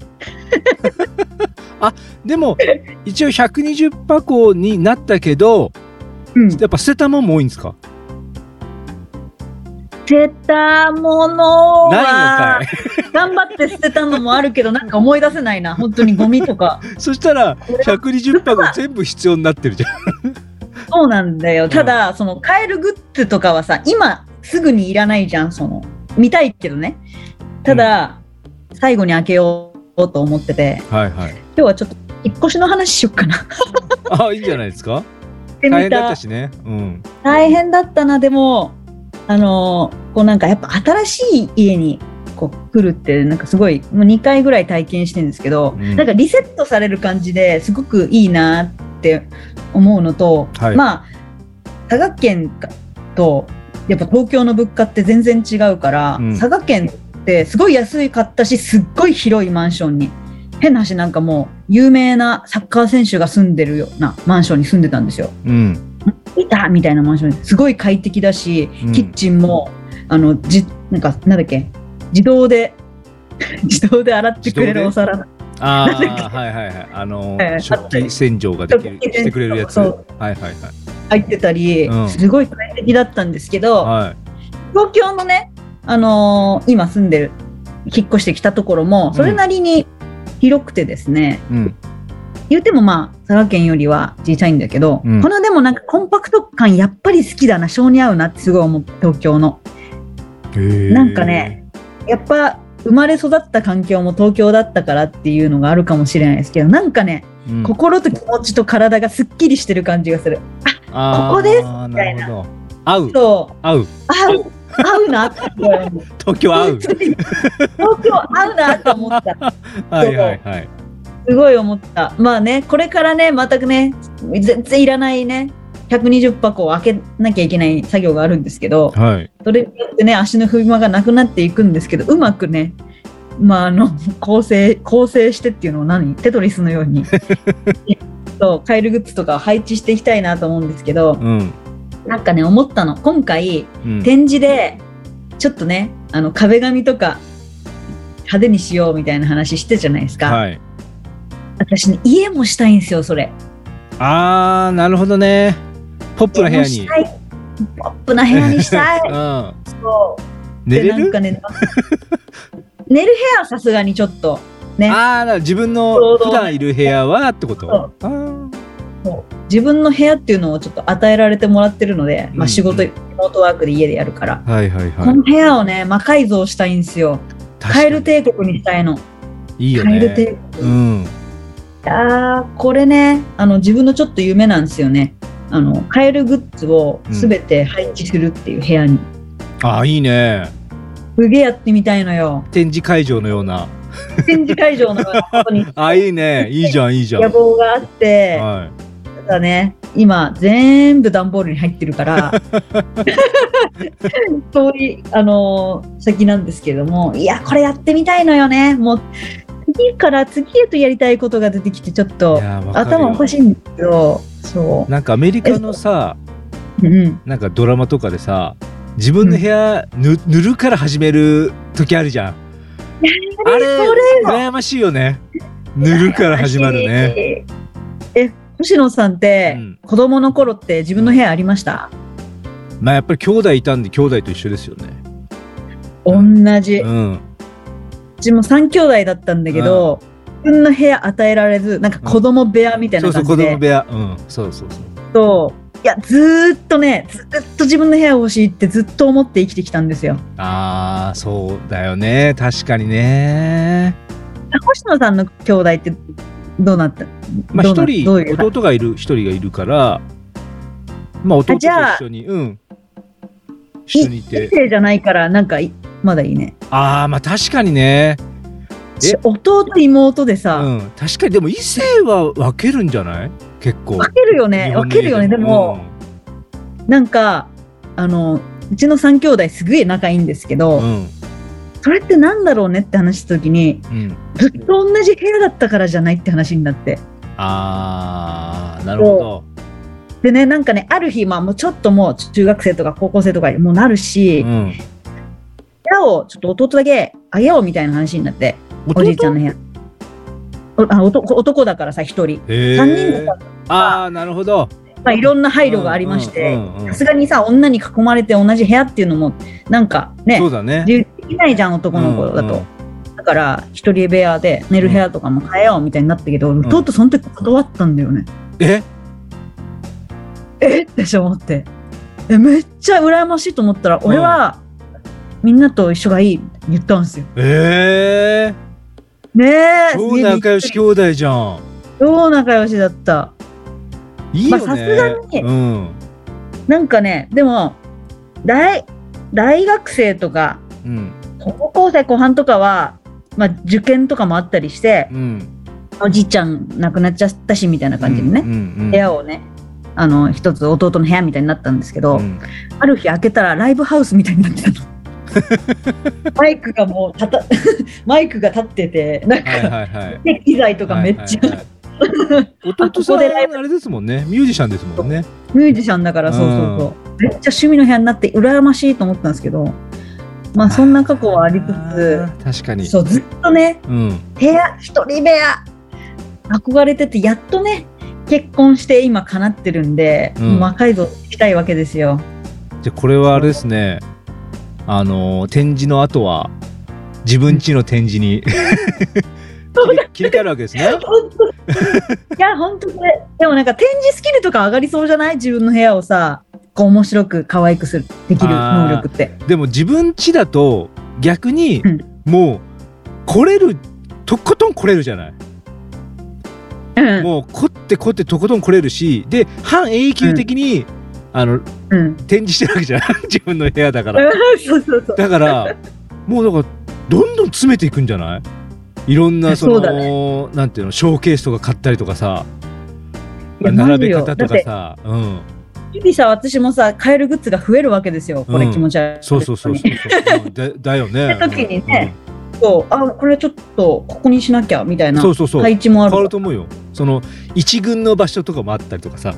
I: でも一応120箱になったけど
J: うん
I: やっぱ捨てたもんも多いんですか
J: 捨てたもの
I: ない
J: は
I: のか
J: 頑張って捨てたのもあるけどなんか思い出せないな本当にゴミとか
I: い <laughs> そしたら120箱全部必要になってるじゃん
J: <laughs> そうなんだよ。ただ、その買えるグッズとかはさ、今すぐにいらないじゃん、その。見たいけどね。ただ、最後に開けようと思ってて、
I: はいはい
J: 今日はちょっと引っ越しの話しよっかな。
I: あいいんじゃないですか
J: してみ
I: 大変だった
J: た
I: しねうん
J: 大変だったな、でも、あのーこうなんかやっぱ新しい家にこう来るって、なんかすごい、もう2回ぐらい体験してるんですけど、
I: うん
J: なんかリセットされる感じですごくいいなって思うのと、
I: はい
J: まあ、佐賀県と、やっぱ東京の物価って全然違うから、
I: うん
J: 佐賀県ってすごい安い買ったし、すっごい広いマンションに。変な話なんかもう有名なサッカー選手が住んでるようなマンションに住んでたんですよ。
I: うん
J: いたみたいなマンションですごい快適だし、
I: うん
J: キッチンもあのじなんかなんだっけ自動で <laughs> 自動で洗ってくれるお
I: 自動
J: 皿 <laughs>
I: ああはいはいはいあの
J: ええ
I: 食器洗浄ができる
J: 食器洗浄
I: してくれるやつは
J: そ
I: いうはいはい
J: 入ってたり、
I: うん
J: すごい快適だったんですけど、
I: はい
J: 東京のね、あのー今住んでる引っ越してきたところもそれなりに広くてですね、
I: うん
J: 言うてもまあ佐賀県よりは小さいんだけど、
I: うん
J: このでもなんかコンパクト感やっぱり好きだな性に合うなってすごい思って東京の。
I: へえ
J: なんかねやっぱ生まれ育った環境も東京だったからっていうのがあるかもしれないですけどなんかね、
I: うん
J: 心と気持ちと体がすっきりしてる感じがする
I: あー
J: ここです
I: なるほど合う
J: そう
I: 合う
J: 合う合うなって思う
I: 東京合う
J: <laughs> 本当に東京合うなって思った
I: はいはいはい
J: すごい思ったまあねこれからねまたね全然いらないね120箱を開けなきゃいけない作業があるんですけど
I: はい
J: それによってね足の踏み間がなくなっていくんですけどうまくねまああの構成構成してっていうのを何テトリスのよ
H: <laughs>
J: うにそうカエルグッズとかを配置していきたいなと思うんですけど
I: うん
J: なんかね思ったの今回
H: うん
J: 展示でちょっとねあの壁紙とか派手にしようみたいな話してたじゃないですか、
H: はい。
J: 私ね家もしたいんですよそれ
H: あー、なるほどね。ポップな部
J: 家
H: 屋
J: も
H: に
J: し。たいポップな部屋
I: <laughs>
J: にしたい
H: <laughs> うん。
J: そう
H: 寝れ
J: でなん
H: る
J: かね <laughs> 寝る部屋はさすがにちょっとね
H: ああ、だから自
J: そ
H: 分の
J: うそう
H: 普段いる部屋はってこと
J: そう
H: あー
J: そう自分の部屋っていうのをちょっと与えられてもらってるので、
H: うん
J: ま
H: うん
J: あ、仕事、リモートワークで家でやるから、
H: はいはい
J: こ
H: はい
J: の。部屋をね魔改造したいんですよ
H: 確
J: カ
H: か
J: エ
H: に
J: ル帝国にしたいの
H: いいよ
J: カエル
H: ね。
J: 帝国、
H: う
J: い
H: ん。
J: やーこれねあの自分のちょっと夢なんですよねあのカエルグッズを全て配置するっていう部屋
H: <laughs>
J: に、
H: ああ、いいね。
J: すげえやってみたいのよ
H: 展示会場のような。
J: 展示会場のようなことに
H: あーいいね。いいじゃん、いいじゃん。
J: 野
H: は
J: 望があって、
H: い。
J: ただね今全部段ボールに入ってるから
H: <laughs>
J: <laughs> 遠いあのー先なんですけれどもいやこれやってみたいのよねもう次から次へとやりたいことが出てきてちょっと
H: いやーわかるよ
J: 頭おかしいんですけどそ
H: なんかアメリカのさ、
J: う、うん、
H: なんかドラマとかでさ、自分の部屋ぬ塗るから始める時あるじゃん。あれ、羨ましいよね。塗るから始まるね。
J: ねえ星野さんって、
H: うん
J: 子供の頃って自分の部屋ありました、
H: まあやっぱり兄弟いたんで兄弟と一緒ですよね。
J: 同じ、う
H: うん。
J: ちも3兄弟だったんだけど、自分の部屋与えられずなんか子供部屋みたい
H: そ
J: な
H: うそ
J: 感
H: う、
J: じで、
H: 子供部屋。うん。そうそうそう。
J: と、いや、ずーっとね、ずーっと自分の部屋欲しいってずっと思って生きてきたんですよ。
H: ああ、そうだよね。確かにね。
J: 星野さんの兄弟ってどうなった
H: まあ
J: どうな
H: 一人
J: どういう
H: 弟がいる一人がいるから、まあ弟と
J: じゃあ
H: 一緒にうん一緒にい
J: 異
H: て。
J: 性じゃないから、なんかいまだいいね。
H: ああ、まあ確かにね。え
J: し弟、妹で
H: う
J: さ、
H: ん。確かにでも異性は分けるんじゃない？結構。
J: 分けるよね
H: 日、
J: 分
H: 本の家
J: けるよね。でも、、なんか、あの、うちの3兄弟すげえ仲いいんですけ
H: う
J: ど、
H: ん
J: それってなんだろうねって話した時に、
H: うん。うん
J: ずっと <laughs> 同じ部屋だったからじゃないって話になって。
H: ああ、なるほど。
J: でね、なんかね、ある日、まあもうちょっともう中学生とか高校生とかにもうなるし、
H: うん。
J: 部屋をちょっと弟だけあげようみたいな話になって、おじいちゃんの部屋。おあ男男だからさ、一人。
H: へ
J: 三人で
H: え。ああ、なるほど。
J: まあ、いろんな配慮がありまして
H: うんうんうんうん
J: さすがにさ女に囲まれて同じ部屋っていうのもなんかね
H: そうだね。
J: できないじゃん男の子だと、
H: うんうん
J: だから一人部屋で寝る部屋とかも変えようみたいになったけど、弟その時断ったんだよね、
H: え、
J: えっって思ってえめっちゃ羨ましいと思ったら俺は、みんなと一緒がいいって言ったんですよ
H: ええ。
J: ねえ
H: 超仲良し兄弟じゃん。
J: 超仲良しだった
H: いいよね。
J: まあさすがに
H: うん。
J: なんかね、でも、大、大学生とか、
H: うん。
J: 高校生後半とかは、まあ、受験とかもあったりして、
H: うん。
J: おじいちゃん亡くなっちゃったし、みたいな感じでね、
H: うんうん。
J: 部屋をね、あの、一つ弟の部屋みたいになったんですけど、
H: うん
J: ある日開けたらライブハウスみたいになってた
H: <laughs>
J: の。マイクがもう、た <laughs> た、マイクが立ってて、なんか、
H: はいはいはい。
J: で機材とかめっちゃ、
H: はいはいはい。弟さん
J: ここでライ
H: あれですもんね。ミュージシャンですもんね。
J: ミュージシャンだから、そうそうそう。めっちゃ趣味の部屋になって、羨ましいと思ったんですけど、まあ、そんな過去はありつつ、
H: あー確かに。
J: そうずっとね
H: うん。
J: 部屋一人部屋憧れててやっとね結婚して今叶ってるんで、
H: うん
J: もう魔改造したいわけですよ
H: じゃあこれはあれですね。あのー展示の後は自分家の展示
J: <laughs>
H: に切り切り替えるわけですね。
J: いや本当ねでもなんか展示スキルとか上がりそうじゃない自分の部屋をさこう面白く可愛くするできる能力って
H: でも自分家だと逆に
J: うん
H: もう来れるとことん来れるじゃない。
J: うん
H: もう凝って凝ってとことん来れるしで半永久的に、あの
J: うん
H: 展示してるわけじゃん <laughs> 自分の部屋だから
J: そうそうそう
H: だからもうだからどんどん詰めていくんじゃないいろんなその
J: そうだ
H: なんていうのショーケースとか買ったりとかさ
J: いや
H: 並べ方
J: マジ
H: と
J: よ
H: かさ、うん、
J: 日々さ私もさ買えるグッズが増えるわけですよこれ
H: うん
J: 気持ち悪い、
H: そうそうそうそうそう、うんだだよ
J: <laughs>
H: ね
J: って時にね、そうあこれちょっとここにしなきゃみたい
H: うん
J: な
H: そうそうそう
J: 配置もあ
H: 変わ
J: る
H: ると思うよその一軍の場所とかもあったりとかさ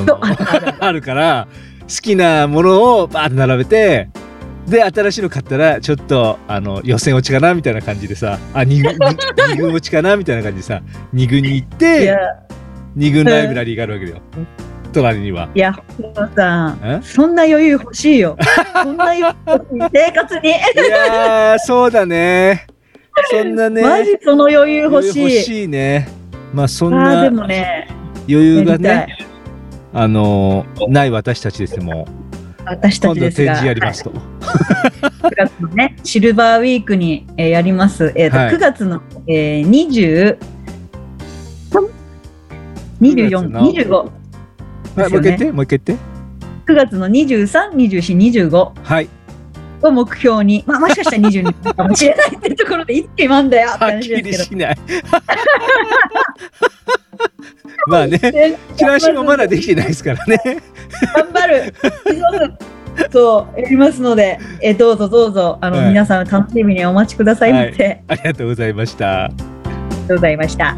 I: <laughs>
J: そう
H: の
J: あるある
H: あるから
I: きなものをバーって並べてで新しいの買ったらちょっとあの予選落ちかなみたいな感じでさあ二軍二軍落ちかなみたいな感じでさ二軍に行っ
J: い
I: て
J: や、
I: 二軍ライブラリーがあるわけだよ隣にはい
J: や、本田さん、
I: え
J: そんな余裕欲しいよ。そんな余裕欲しい生活に。
I: いやーそうだねそんなね
J: マジその余裕 <laughs> 欲しい。
I: 余裕欲しいねまあそん
J: あー
I: な
J: でもね、
I: 余裕が
J: や
I: ね
J: り
I: あのーない私たちですも
J: 私た
I: 今
J: ち
I: 度は
J: です
I: 展
J: が、
I: 示やりますと、
J: 9月のね、シルバーウィークに、えーやります。えーと
I: はい
J: 9月の、えー、20 24、
I: 9月
J: 25。
I: は
J: で
I: い
J: す
I: もう一回言って
J: よね
I: もう一回言って
J: 9月の23、24、25
I: はい
J: を目標に、まあ、もしかしたら22かもしれないってところで、いつ決まんだよって
I: はっ
J: 話
I: き
J: で
I: り
J: す
I: し
J: け
I: ない <laughs> まあね
J: ど。
I: チラシもまだできてないですからね
J: 頑張る。そう、やりますので、えどうぞどうぞ、あの、
I: はい
J: 皆さん楽しみにお待ちください <laughs> ませ。
I: ありがとうございました
J: ありがとうございました。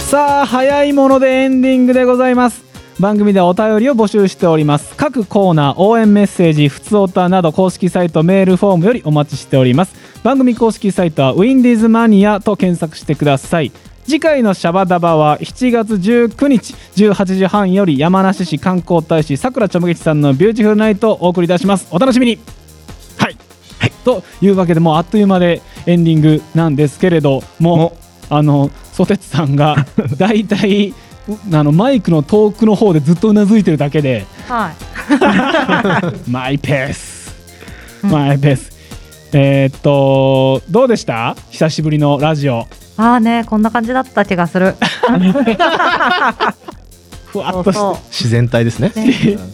A: さあ早いものでエンディングでございます番組ではお便りを募集しております各コーナー応援メッセージふつおたなど公式サイトメールフォームよりお待ちしております番組公式サイトはウィンディーズマニアと検索してください次回のシャバダバは7月19日18時半より山梨市観光大使さくらちょむげちさんのビューティフルナイトをお送りいたしますお楽しみにはい、というわけでもうあっという間でエンディングなんですけれどもあのソテツさん
C: <laughs>
A: が大体あのマイクの遠くの方でずっとうなずいてるだ
C: <laughs>
A: けで
D: はい。
A: 「マイペース」「マイペース」えーっとどうでした久しぶりのラジオ
D: ああね、こんな感じだった気がする。
A: <laughs> ふわっと
D: そうそ
A: し
C: 自然体ですね。
A: て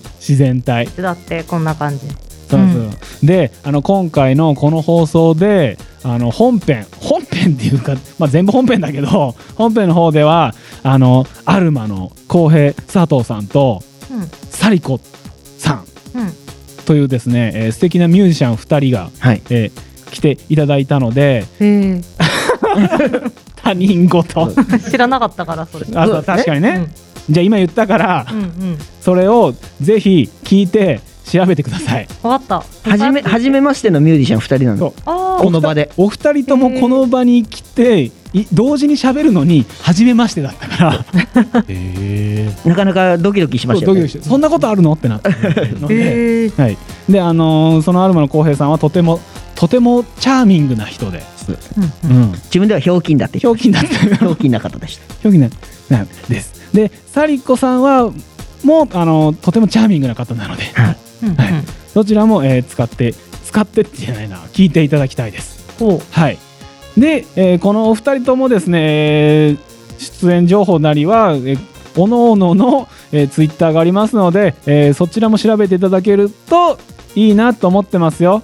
A: <laughs> 自然体
D: だってこんな感じ。
A: そうそうであの今回のこの放送であの本編本編っていうか、 <laughs> まあ、全部本編だけど本編の方ではあのアルマの浩平佐藤さんと
D: うん。
A: サリコさん
D: うん。
A: というですね、えー素敵なミュージシャン2人が、
B: はい
A: えー来ていただいたので
D: へえ。
A: 他人事
D: <laughs> 知らなかったから、それ。
A: <laughs> あそう確かにね、じゃあ今言ったから、
D: うん。うんうん。
A: それをぜひ聞いて調べてください
D: わかった。
B: はじめ、はじめましてのミュージシャン2人なの。
D: ああ
B: こ。の場で。
A: お二人ともこの場に来て、い同時に喋るのに初めましてだったから
B: <laughs> なかなかドキドキしました
A: そうド
B: よ
A: キ
B: ね
A: ドキしてそんなことあるのってなった
B: <laughs>
A: ので、
D: へえ。
A: はい、であのーそのアルマの浩平さんはとてもとてもチャーミングな人で、
D: う
B: <laughs>
A: うん
D: うん。
A: ん、
B: 自分ではひょうきんだって
A: <laughs> ひょうきんだった
B: ひょうきんな方でした。
A: 表現ななんです。で、サリコさんはもうあのとてもチャーミングな方なので、
D: うん。
A: はいどちらも、えー使って使ってってじゃないな、聞いていただきたいです。
D: ほう。
A: はい。で、えーこのお二人ともですね、えー出演情報なりは、えーおのおのの、えツイッター Twitter がありますので、えーそちらも調べていただけるといいなと思ってますよ。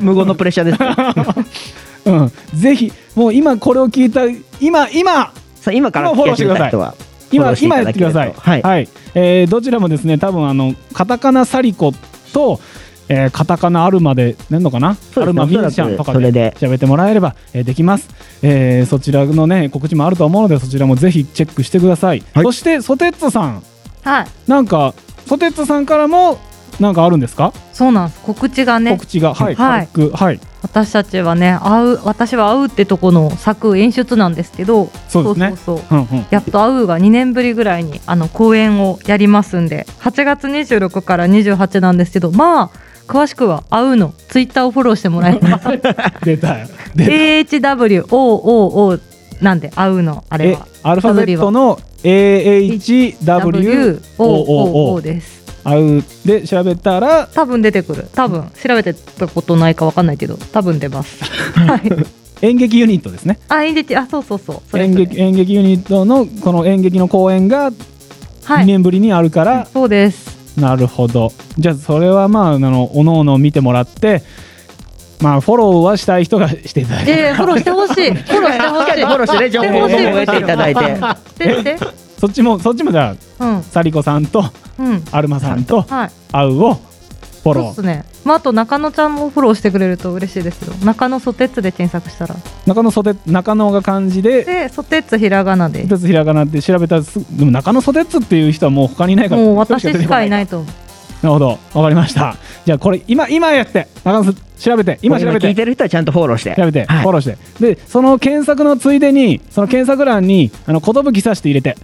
B: 無言のプレッシャーです。
A: <laughs> うん、ぜひもう今これを聞いた今今
B: さあ今から
A: 今フォローしてください
B: 人はフォ
A: 今
B: ローしてい
A: 今
B: た
A: やっ
B: だ
A: て
B: け
A: く
B: る
A: だ
B: と
A: さい。
B: はい。
A: えーどちらもですね、多分あのカタカナサリコと、えーカタカナアルマで、なんのかな、
B: すね
A: アルマミュージシャンとか
B: おそら
A: で
B: くそれで
A: 調べてもらえれば、えーできます、えーそちらのね告知もあると思うので、そちらもぜひチェックしてください。そしてソテッツさん、
D: はい。
A: なんかソテッツさんからもなんかあるんです
D: <laughs>
A: か？
D: そうなんです。告知がね
A: 告、知がはい、
D: はい
A: 軽くはい、
D: 私たちはね、会う、私は会うってとこの作演出なんですけど。
A: そうですね。
D: そうそうそう。
A: うんうん
D: やっと会うが2年ぶりぐらいにあの公演をやりますんで8月26から28なんですけどまあ詳しくは会うのツイッターをフォローしてもらえれば
A: <laughs> 出たよ。出た
D: AHWOOO なんで会うのあれ
A: え
D: は
A: アルファベットの A H W O O O
D: WOOO です
A: あうで調べたら
D: 多分出てくる多分調べてたことないかわかんないけど多分出
A: <laughs>
D: ますはい
A: 演劇ユニットですね。
D: あ演劇あそうそうそうそれ
A: 演
D: それ
A: 劇演劇ユニットのこの演劇の公演が2年ぶりにあるから
D: そう
A: <laughs>
D: です
A: なるほどじゃあそれはまああのおのおの見てもらってまあフォローはしたい人がしていただいて、
D: ええフォローしてほしい。フォローしてほしい。
B: フォローしてね情報を得ていただいて
D: て。してして。
A: そっちもそっちもじゃ
D: う
A: あ
D: ん
A: サリコさんと
D: うん。
A: アルマさんと
D: はい。
A: アウをフ
D: そ
A: ォ
D: う
A: ロ
D: っ
A: ー
D: すね。まああと中野ちゃんもフォローしてくれると嬉しいですよ。中野ソテツで検索したら。
A: 中野袖中野が漢字で
D: でソテツひらがなで。
A: 一つひらがなって調べたらすでも中野袖っつっていう人はもう他にいないから
D: もう私しかい
A: い
D: ないと思う。
A: なるほどわかりました <laughs> じゃあこれ今今やって中野袖調べて今調べ
B: これ聞
A: て
B: いてる人はちゃんとフォローして
A: 調べて、
B: はい
A: フォローしてでその検索のついでにその検索欄に「あの寿さして」入れ
B: <laughs>
A: て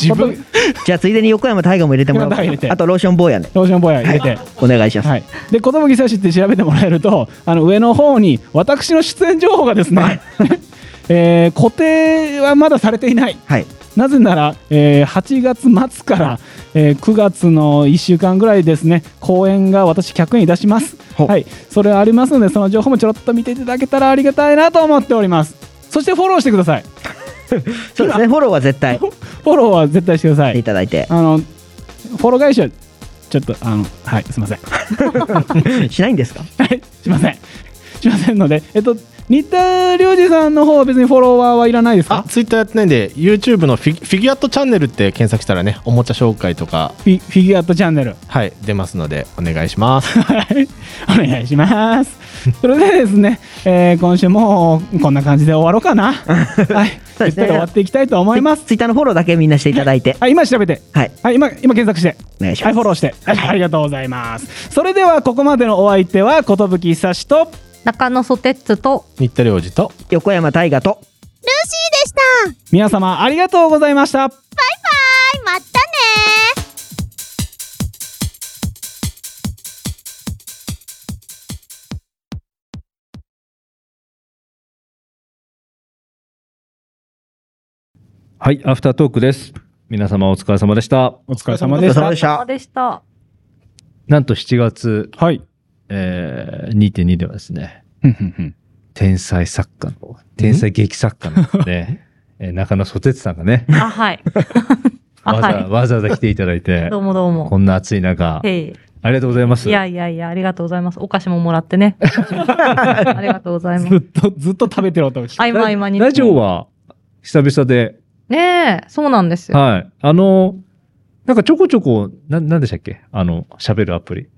C: 自分
B: じゃあついでに横山大河も入れてもらおう
A: 横山大河入れて
B: かあとローション坊やね
A: ローションボヤ入れて、
B: お願いします、
A: はい、で、寿さしって調べてもらえると、あの上の方に私の出演情報がですね、えー固定はまだされていない。
B: はい
A: なぜなら、えー8月末から、えー9月の1週間ぐらいですね、公演が私、客演いたします。
B: ほう
A: はい、それありますので、その情報もちょろっと見ていただけたらありがたいなと思っております。そしてフォローしてください。
B: <laughs> そうですねフォローは絶対し
A: <laughs> フォローは絶対してくださ
B: てい
A: い。
B: ただいて
A: あのフォロー返しはちょっとあのはいすみませ
B: <laughs>
A: ん。
B: しないんですか
A: はい、すいません。すいませんので、えっと、新田良二さんの方は別にフォロワーはいらないです
C: あ
A: か
C: ツイッターやってないんで YouTube のフィギフィギュアットチャンネルって検索したらねおもちゃ紹介とか
A: フィフィギュアットチャンネル。
C: はい出ますのでお願いします
A: <laughs> はい、お願いします。それでですね、えー今週も <laughs> こんな感じで終わろうかな。はい、
B: そうで
A: ゆっ
B: す
A: く
B: ね
A: り終わっていきたいと思います。
B: ツイッターのフォローだけみんなしていただいて
A: はい、今調べて。
B: はい
A: はい、今、今検索して。
B: お願いし
A: は
B: ま
A: い、
B: す
A: フォローして。はい、ありがとうござ
B: <laughs>
A: います。それでは、ここまでのお相手は、寿久志と、
D: 中野ソテツと
C: 新田良二と
B: 横山大河と
E: ルーシーでした
A: 皆様ありがとうございました。
E: バイバイまたね
H: はい、アフタートークです。皆様お疲れ様でした。
A: お疲れ様
B: お疲
A: で
B: れ
A: し
B: 様
A: た
B: で。した
D: でした。
H: なんと7月、
A: はい。
H: えー、2.2ではですね、
A: ふんふんふん
H: 天才作家の、天才劇作家
J: <laughs>
H: のね、えー中野ソテツさんがね、
D: あ
H: <laughs>
D: はい。あ
H: わざ,、
D: は
H: わざわざ来ていただいて
D: い。 <laughs> ど、うもどう
H: こ
D: も。
H: んな暑い中、
D: え
H: ありがとうございます。
D: え。いやいやいやありがとうございます。お菓子ももらって
A: <laughs>
D: ね。ありがとうございます
A: ず。っと、ずっと食べてる音が聞こえる
D: 合間合間
H: ラ
D: に。
H: ラジオは久々で、
D: ねえそうなんですよ。
H: はい。あの、なんかちょこちょこ、な、なんでしたっけあの、喋るアプリ。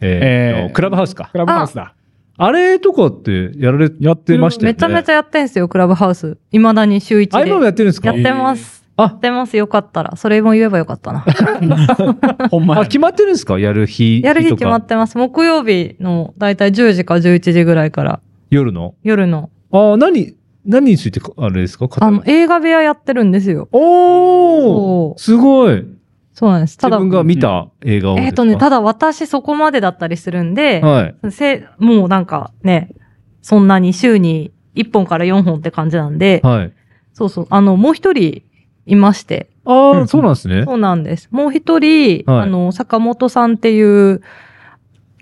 H: えー
A: えー
H: クラブハウスか
A: ク。ラブハウスだ。
H: あれとかってやられ、やってましたよ
D: め
H: ね。
D: ちゃめちゃやってんすよクラブハウス。いまだに週一で。
H: あ、今もやってるんです
D: や
H: か
D: ってます。
H: あ
D: やってます。よかったら。それも言えばよかったな。
A: ほんま
H: あ、
A: や
H: 決まってるんですかやる日。
D: やる日
H: とか
D: 決まってます。木曜日のだいたい10時か11時ぐらいから
H: 夜の。
D: 夜の。
H: ああ、何、何についてか、あれですか
D: あの、映画部屋やってるんですよ。
H: お
D: そ
H: ー
D: う
H: すごい
D: そうなんです。た
H: 自
D: だ、
H: 分が見た映画をですか。
D: えっ、とね、ただ私そこまでだったりするんで、
H: はい。
D: せもうなんかね、そんなに週に1本から4本って感じなんで、
H: はい。
D: そうそう、あの、もう一人いまして、
H: ああ、そうなんですね。
D: そうなんです。もう一人、
H: はい
D: あの、坂本さんっていう、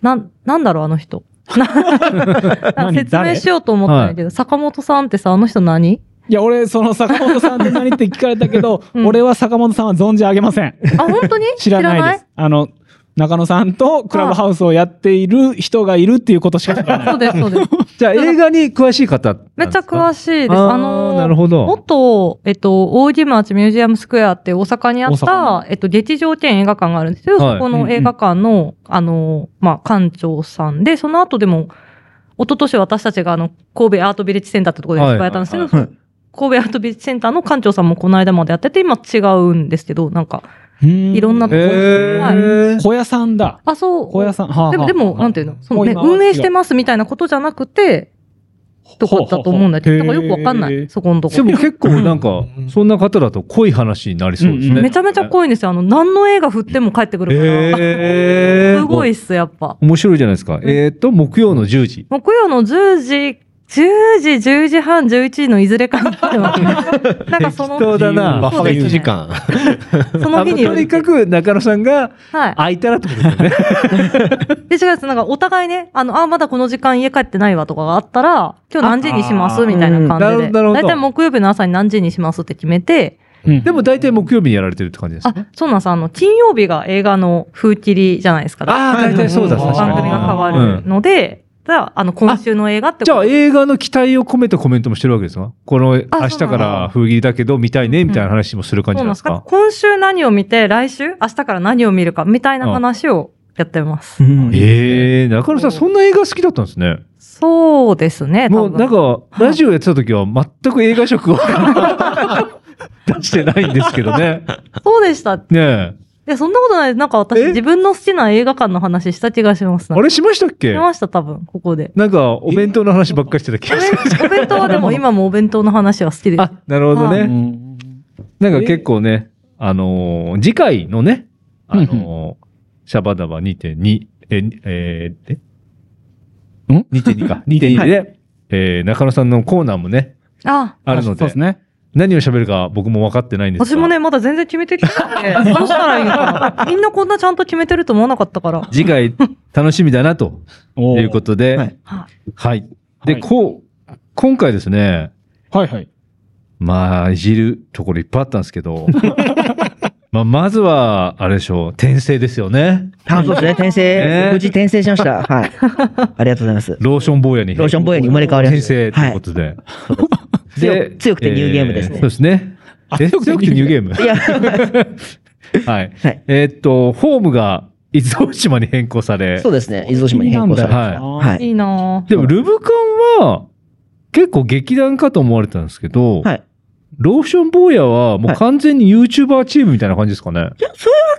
D: なん、なんだろう、あの人。な <laughs>
A: 何
D: 説明しようと思ったんだけど、坂本さんってさ、あの人何
A: いや、俺、その坂本さんって何って聞かれたけど、
D: <laughs> うん
A: 俺は坂本さんは存じ上げません。
D: あ、本当に
A: <laughs> 知らないです。あの、中野さんとクラブハウスをやっている人がいるっていうことしか知ら
D: 知らないそう
A: ない。
D: です、そうです。
A: <laughs>
H: じゃあ映画に詳しい方なんですか。
D: <laughs> めっちゃ詳しいです。
H: あー
D: あのー
H: なるほど
D: 元、えっと、大木町ミュージアムスクエアって大阪にあっ
A: 大阪
D: た、えっと、劇場兼映画館があるんですけど、
H: はい
D: そこの映画館の、あのーまあ、館長さんで、その後でも、一昨年私たちがあの、神戸アートビレッジセンターってところで
H: はい
D: 芝居やったんですけど、
H: はいは
D: 神戸アートビレッジセンターの館長さんもこの間までやってて、今違うんですけど、なんか、
A: い
D: いろんな
H: えー
A: 小屋さんだ。
D: あ、そう。
A: 小屋さん。はあ
D: でも、でも、なんていうのそのね、運営してますみたいなことじゃなくて、とかだと思うんだけど、だからよくわかんな
A: へー
D: い、そこのとこ
H: でも結構なんか、そんな方だと濃い話になりそうです
A: うん
H: ね。
D: めちゃめちゃ濃いんですよ。あの、何の映画振っても帰ってくるから。
H: え
D: <laughs>
H: ー
D: すごいっす、やっぱ。
H: 面白いじゃないですか。えっ、と、木曜の10時。
D: 木曜の10時、10時、10時半、11時のいずれかに来て
H: <laughs>
D: ます。なんかその、
H: 適当だな
C: バッ
D: そ
C: フ
D: う
C: ァ
D: です
C: 1
D: ね
C: 時。間
D: <laughs> その日に
H: あ
D: よ
H: とに
D: る。
H: かく中野さんが
D: はい。
H: 空いたらってことですよね。
D: <laughs> で、違うやつ、なんかお互いね、あの、あ、まだこの時間家帰ってないわとかがあったら、今日何時にしますみたいな感じ
H: あ
D: で。
H: ーなるほどなるほど
D: だいたい木曜日の朝に何時にしますって決めて、
A: うん
H: でも大体木曜日にやられてるって感じです
D: あ
H: ね。、
D: そうなんです。あの、金曜日が映画の風切りじゃないですか。
H: あー大体そうだ
D: 番
H: 確かに
D: 組が変わるので、ただ、あの、今週の映画って
H: じゃあ
D: こ
H: 映画の期待を込めたコメントもしてるわけですかこの明日から風切りだけど見たいねみたいな話もする
D: と
H: 感じ
D: そうなん
H: なんで
D: ですすか
H: か。
D: 今週何を見て、来週、明日から何を見るか、みたいな話をやってます。
H: ええー、中野さんそんな映画好きだったんですね。
D: そうですね。
H: もう
D: 多分
H: なんか、ラジオやってた時は全く映画色を出してないんですけどね。
D: そうでした。
H: ねえ。
D: いや、そんなことないです。なんか私、
H: え
D: 自分の好きな映画館の話した気がします。
H: あれしましたっけ
D: しました、多分、ここで。
H: なんか、お弁当の話ばっかりしてた気
D: お
H: がする。
D: 弁お弁当はで
H: <laughs>
D: も、今もお弁当の話は好きです。
H: あ、なるほど
D: は
H: ね。なんか結構ね、あのー次回のね、あのーシャバダバ2.2、え、えー、え
A: ん
H: ?2.2 か。2.2で、えー中野さんのコーナーもね、
D: あ、
H: あるの
A: そう
H: で、
A: ですね。
H: 何を喋るか僕も分かってないんです
D: 私
H: が
D: もね、まだ全然決めてきてなくて、どうしたらいいのかな。みんなこんなちゃんと決めてると思わなかったから。
H: 次回楽しみだなと
A: <laughs> お
H: いうことで、
B: は
H: はいい。
D: はい
H: で、
A: はい
H: こう、今回ですね、
A: はいはい。
H: まあ、いじるところいっぱいあったんですけ
A: <laughs>
H: ど、まあ、まずは、あれでしょう、転生ですよね。
B: あそうですね。転
H: ね
B: 生、無事転生しました。
H: <laughs>
B: はい。ありがとうございます。
H: ローション坊やに。
B: ローション坊やに生まれ変わりま
H: 転
B: した。
H: 生ということで。
B: 強強くてニューゲームですね
H: そうですね。
A: あ
H: え強くてニューゲーム
B: はい。いや、
H: <laughs> はい。
B: はい
H: えーっと、ホームが伊豆大島に変更され
B: そ、うですね。伊豆大島に変更されました。
A: はい
B: はいい。
D: いなぁ
H: でも、ルブカンは、結構劇団かと思われたんですけど、
B: はい
H: ローション坊やはもう完全に YouTuber チームみたいな感じですかね。
B: いやそういうわ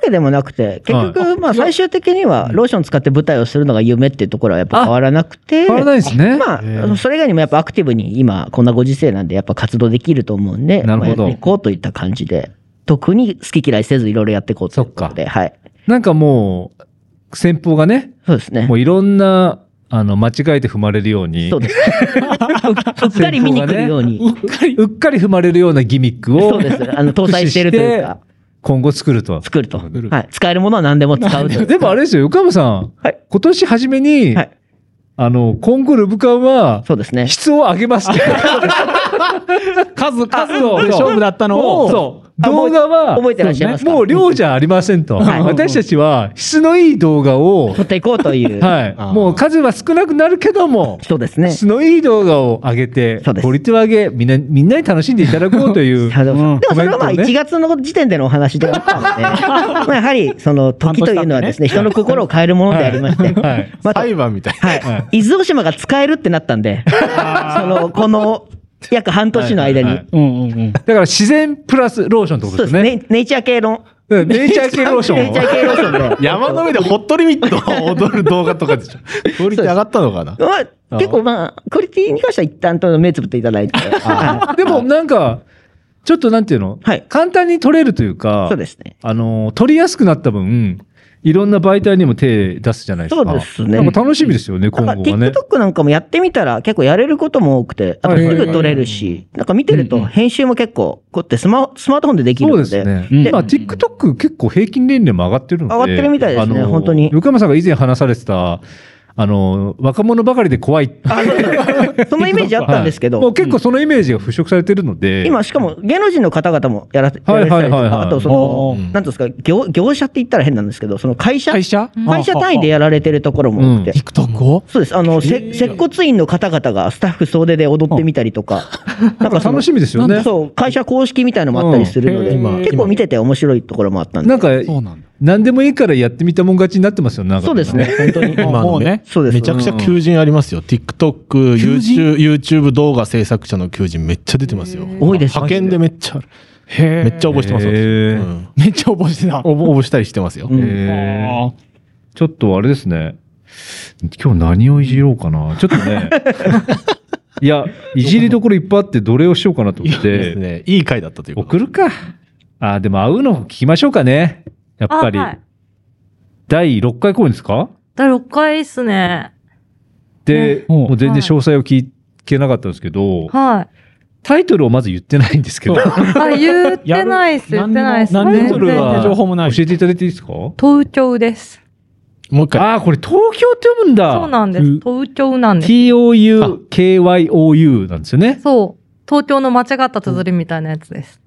B: けでもなくて、結局、まあ最終的には、ローション使って舞台をするのが夢っていうところはやっぱ変わらなくて、
H: 変わらないですね。
B: まあ、あのそれ以外にもやっぱアクティブに今、こんなご時世なんで、やっぱ活動できると思うんで、
H: なるほど
B: まあやっていこうといった感じで、特に好き嫌いせずいろいろやっていこうということで、
H: <laughs>
B: はい。
H: なんかもう、先方がね、
B: そうですね
H: も。ういろんな、あの、間違えて踏まれるように
B: そ、うです。うっかり見に来るように。
H: うっかり、うっかり踏まれるようなギミック
B: そ
H: を
B: うです。あの、搭載しているというか、
H: 今後作ると。
B: 作ると。
H: 作る
B: はい。使えるものは何でも使うという。
H: でもあれですよ、横山さん。
B: はい
H: 今年初めに、
B: はい
H: あの、今後ルブカンは、
B: そうですね。
H: 質を上げます
B: <laughs>
H: って。
A: 数、数
H: そう
A: で勝負だったの
H: も
A: を、
H: うそう。動画は、
B: 覚えてらっしゃいますか
H: もう量じゃありませんと。
B: はい
H: 私たちは質のいい動画を
B: 取、っていこうという。
H: はい。
C: あー
H: もう数は少なくなるけども、
B: そうですね。
H: 質のいい動画を上げて
B: そうで、す
H: クオリティを上げ、みんな、みんなに楽しんでいただこうという。
B: <laughs> あので
A: うん
B: もそれはまあ
H: コメントをね
B: 1月の時点でのお話ではあ
H: <laughs>
B: ったので、まあやはりその時というのはですね、人の心を変えるものでありまして、
H: はい。
B: また
C: 裁判みたいな。
B: はい。伊豆大島が使えるってなったんで、その、この約半年の間
H: はい
B: に
H: はい。
A: うんうんうん。
H: だから自然プラスローションってこ
B: そうで
H: とですすね。
B: ね。ネイチャー系の、
H: うんネイチャー系ローションを。
B: ネイチャー系ローションで。
C: 山の上でホットリミットを踊る動画とかでしょ。クオリティ上がったのかな
B: まあ、結構まあ、クオリティに関しては一旦と目つぶっていただいて。は
H: でもなんか、ちょっとなんていうの、
B: はい
H: 簡単に取れるという
B: い
H: か、
B: そうですね。
H: あの、取りやすくなった分、いろんな媒体にも手出すじゃないですか。
B: そうですね
H: なんか楽しみですよね、今
B: まあ、
H: 後はね。
B: TikTok なんかもやってみたら結構やれることも多くて、あと
H: はい
B: す
H: はいはい
B: ぐ撮れるし、なんか見てる
A: うん
B: と
A: うん
B: 編集も結構、こうやってスマスマートフォンでできる
H: そう
B: の
H: で
B: で。
H: すね。
A: うん
H: まあ TikTok 結構平均年齢も上がってるので。
B: 上がってるみたいですね
H: あの
B: 本当に
H: 横山さんが以前話されてた、あの、若者ばかりで怖いって。
B: あそうそうそのイメージあったんですけど、
H: はい <laughs> もう結構そのイメージが払拭されてるので。
B: 今、しかも芸能人の方々もやらせや
H: は
B: ら
H: い
B: れてた
H: は
B: り
H: い
B: と
H: はいは
B: か、あ
H: い
B: とそ
A: お
B: の、
A: ー
B: なんていうんですか業、業者って言ったら変なんですけど、その会社、
A: 会
B: 会社
A: 社
B: 単位でやられてるところも多くて、
A: TikTok を
B: そうです、あの、せ接骨院の方々がスタッフ総出で踊ってみたりとか、なんかその
H: <laughs> 楽しみですよね。
B: そう、会社公式みたいのもあったりするので、
A: うんへー
B: 結構見てて面白いところもあったんで。
H: なんか、
A: そうなんだ。
H: 何でもいいからやってみたもん勝ちになってますよね。なんか
B: そうですね、。本
H: <laughs>
B: 当に。
C: 今
A: も
C: の
A: うね
C: ね。
B: そうです。
C: めちゃくちゃ求人ありますよ。TikTok、
A: 求
C: YouTube、
A: 人
C: YouTube 動画制作者の求人めっちゃ出てますよ。
B: 多いです
C: 派遣でめっちゃある。
A: へ
C: めっちゃ応募してますよ。
H: へ
C: 私
H: ー
C: うん
A: めっちゃ応募し
C: <laughs>
A: てた。
C: 応募応募したりしてますよ。
B: うん
H: へー
A: あ
H: ちょっとあれですね。今日何をいじろうかな。ちょっと
B: <laughs>
H: ね。いや、いじりどころいっぱいあって、どれをしようかなと
C: い
H: 思
C: い
H: っ
C: です
H: て。
C: ね。いい回だったということ
H: 送るか。あ、でも会うの聞きましょうかね。やっ
D: あ
H: ぱり。
D: はい
H: 第6回公演ですか
D: 第6回っすね。
H: で、
A: うん
H: もう全
D: はい
H: 然詳細を聞い聞けなかったんですけど、
D: はい。
H: タイトルをまず言ってないんですけど、タ
D: あ、言ってないっす、言ってないっす。
A: 何
H: イ
A: 年
H: ト
A: 取
H: ル
A: る
H: は
A: 情報もない
H: 教えていただいていいですか
D: 東京です。
C: もう一回。
H: ああ、これ東京って読むんだ。
D: そうなんです。東京なんです。
H: TOUKYOU なんですよね。
D: そう。東京の間違った綴りみたいなやつです。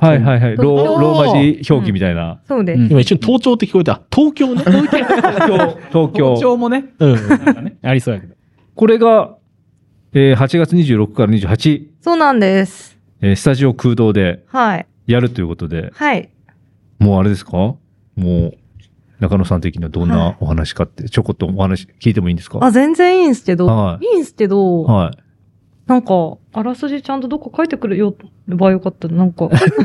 H: はいはいはい。ロ
D: 東京
H: ーローマ字表記みたいな。
D: そうです。
H: うん
C: 今一瞬盗聴って聞こえた。東京ね。
H: 東
A: 包
H: 京。
A: 丁もね、
C: うん。
A: ありそうやけど。
H: これが、えー8月26から28、
D: そうなんです。
H: えースタジオ空洞で
D: はい。
H: やるということで、
D: はい。
H: もうあれですかもう、中野さん的にはどんなお話かって、ちょこっとお話聞いてもいいんですか
D: あ、全然いいんすけど、
H: はい
D: い、いんすけど、
H: はい。
D: なんか、あらすじちゃんとどっか書いてくるよ、ばよかったな。なんか、 <laughs> 自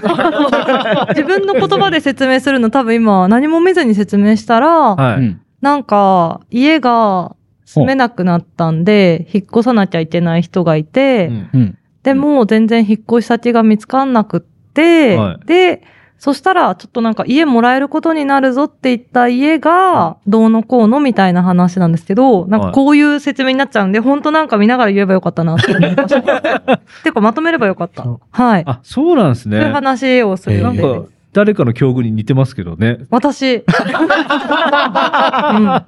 D: 分の言葉で説明するの多分今何も見ずに説明したら、
H: は
A: う
H: い。
A: ん
D: なんか、家が住めなくなったんで、引っ越さなきゃいけない人がいて、
H: うん
A: うん
D: でも全然引っ越し先が見つかんなくって、
H: はい
D: で、そしたら、ちょっとなんか家もらえることになるぞって言った家が、どうのこうのみたいな話なんですけど、なん
H: は
D: か
H: い
D: こういう説明になっちゃうんで、本当なんか見ながら言えばよかったな
H: <laughs>
D: って思いました。てかまとめればよかった。はい。
H: あ、そうなんですね。
D: そういう
H: な
D: 話をする
H: ん
D: んで。
H: か、誰かの境遇に似てますけどね。 <laughs>
D: 私、うん
C: あ、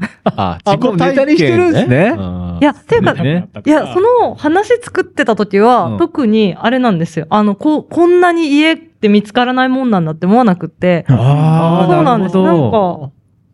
H: あもうネタにしてるんですね
C: うん
D: いや、ていうか、
H: ね。
D: いや、その話作ってた時は、
H: うん
D: 特にあれなんですよ。あの、こう、こんなに家って見つからないもんなんだって思わなくって。
H: あ
D: そうなんです。なんか、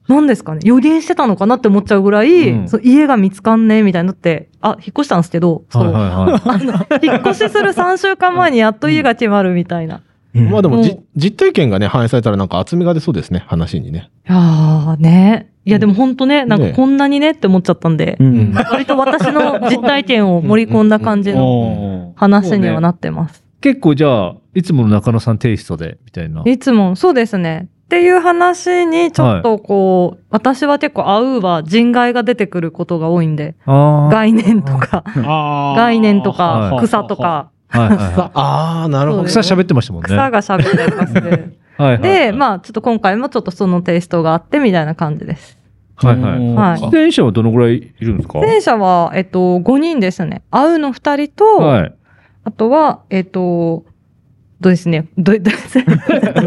D: なんですかね。予言してたのかなって思っちゃうぐらい、
H: うん
D: その家が見つかんねえみたいになって、あ、引っ越したんですけど、そう。
H: はいはいはい。
D: <laughs> あの引っ越しする3週間前にやっと家が決まるみたいな。い
C: まあでも、
D: もう
C: じ実体験がね、反映されたらなんか厚みが出そうですね、話にね。
D: やーね。いや、でも本当ね、なん
C: ね
D: かこんなにねって思っちゃったんで、
B: うん。
D: 割と私の実体験を盛り込んだ感じの
H: おー
D: 話にはなってます。
H: 結構じゃあ、いつもの中野さんテイストで、みたいな。
D: いつも、そうですね。っていう話に、ちょっとこう、私は結構、アウーは人外が出てくることが多いんで、
H: あ
D: 概念とか、概
A: 概
D: 念と
H: は
D: か、
H: い
D: 草とか、
H: あ。はいはいはい
C: ああ、なるほど。
H: 草喋ってましたもんね。
D: 草が喋ったりとかする。
H: はいはいはい
D: で、まあ、ちょっと今回もちょっとそのテイストがあって、みたいな感じです。
H: はいはい。
D: はい
H: 出演者はどのぐらいいるんですか
D: 前者は、えっと、5人ですね。アウの2人と、
H: はい。
D: あとは、えっと、どうですね、ど、どうですね。
H: あと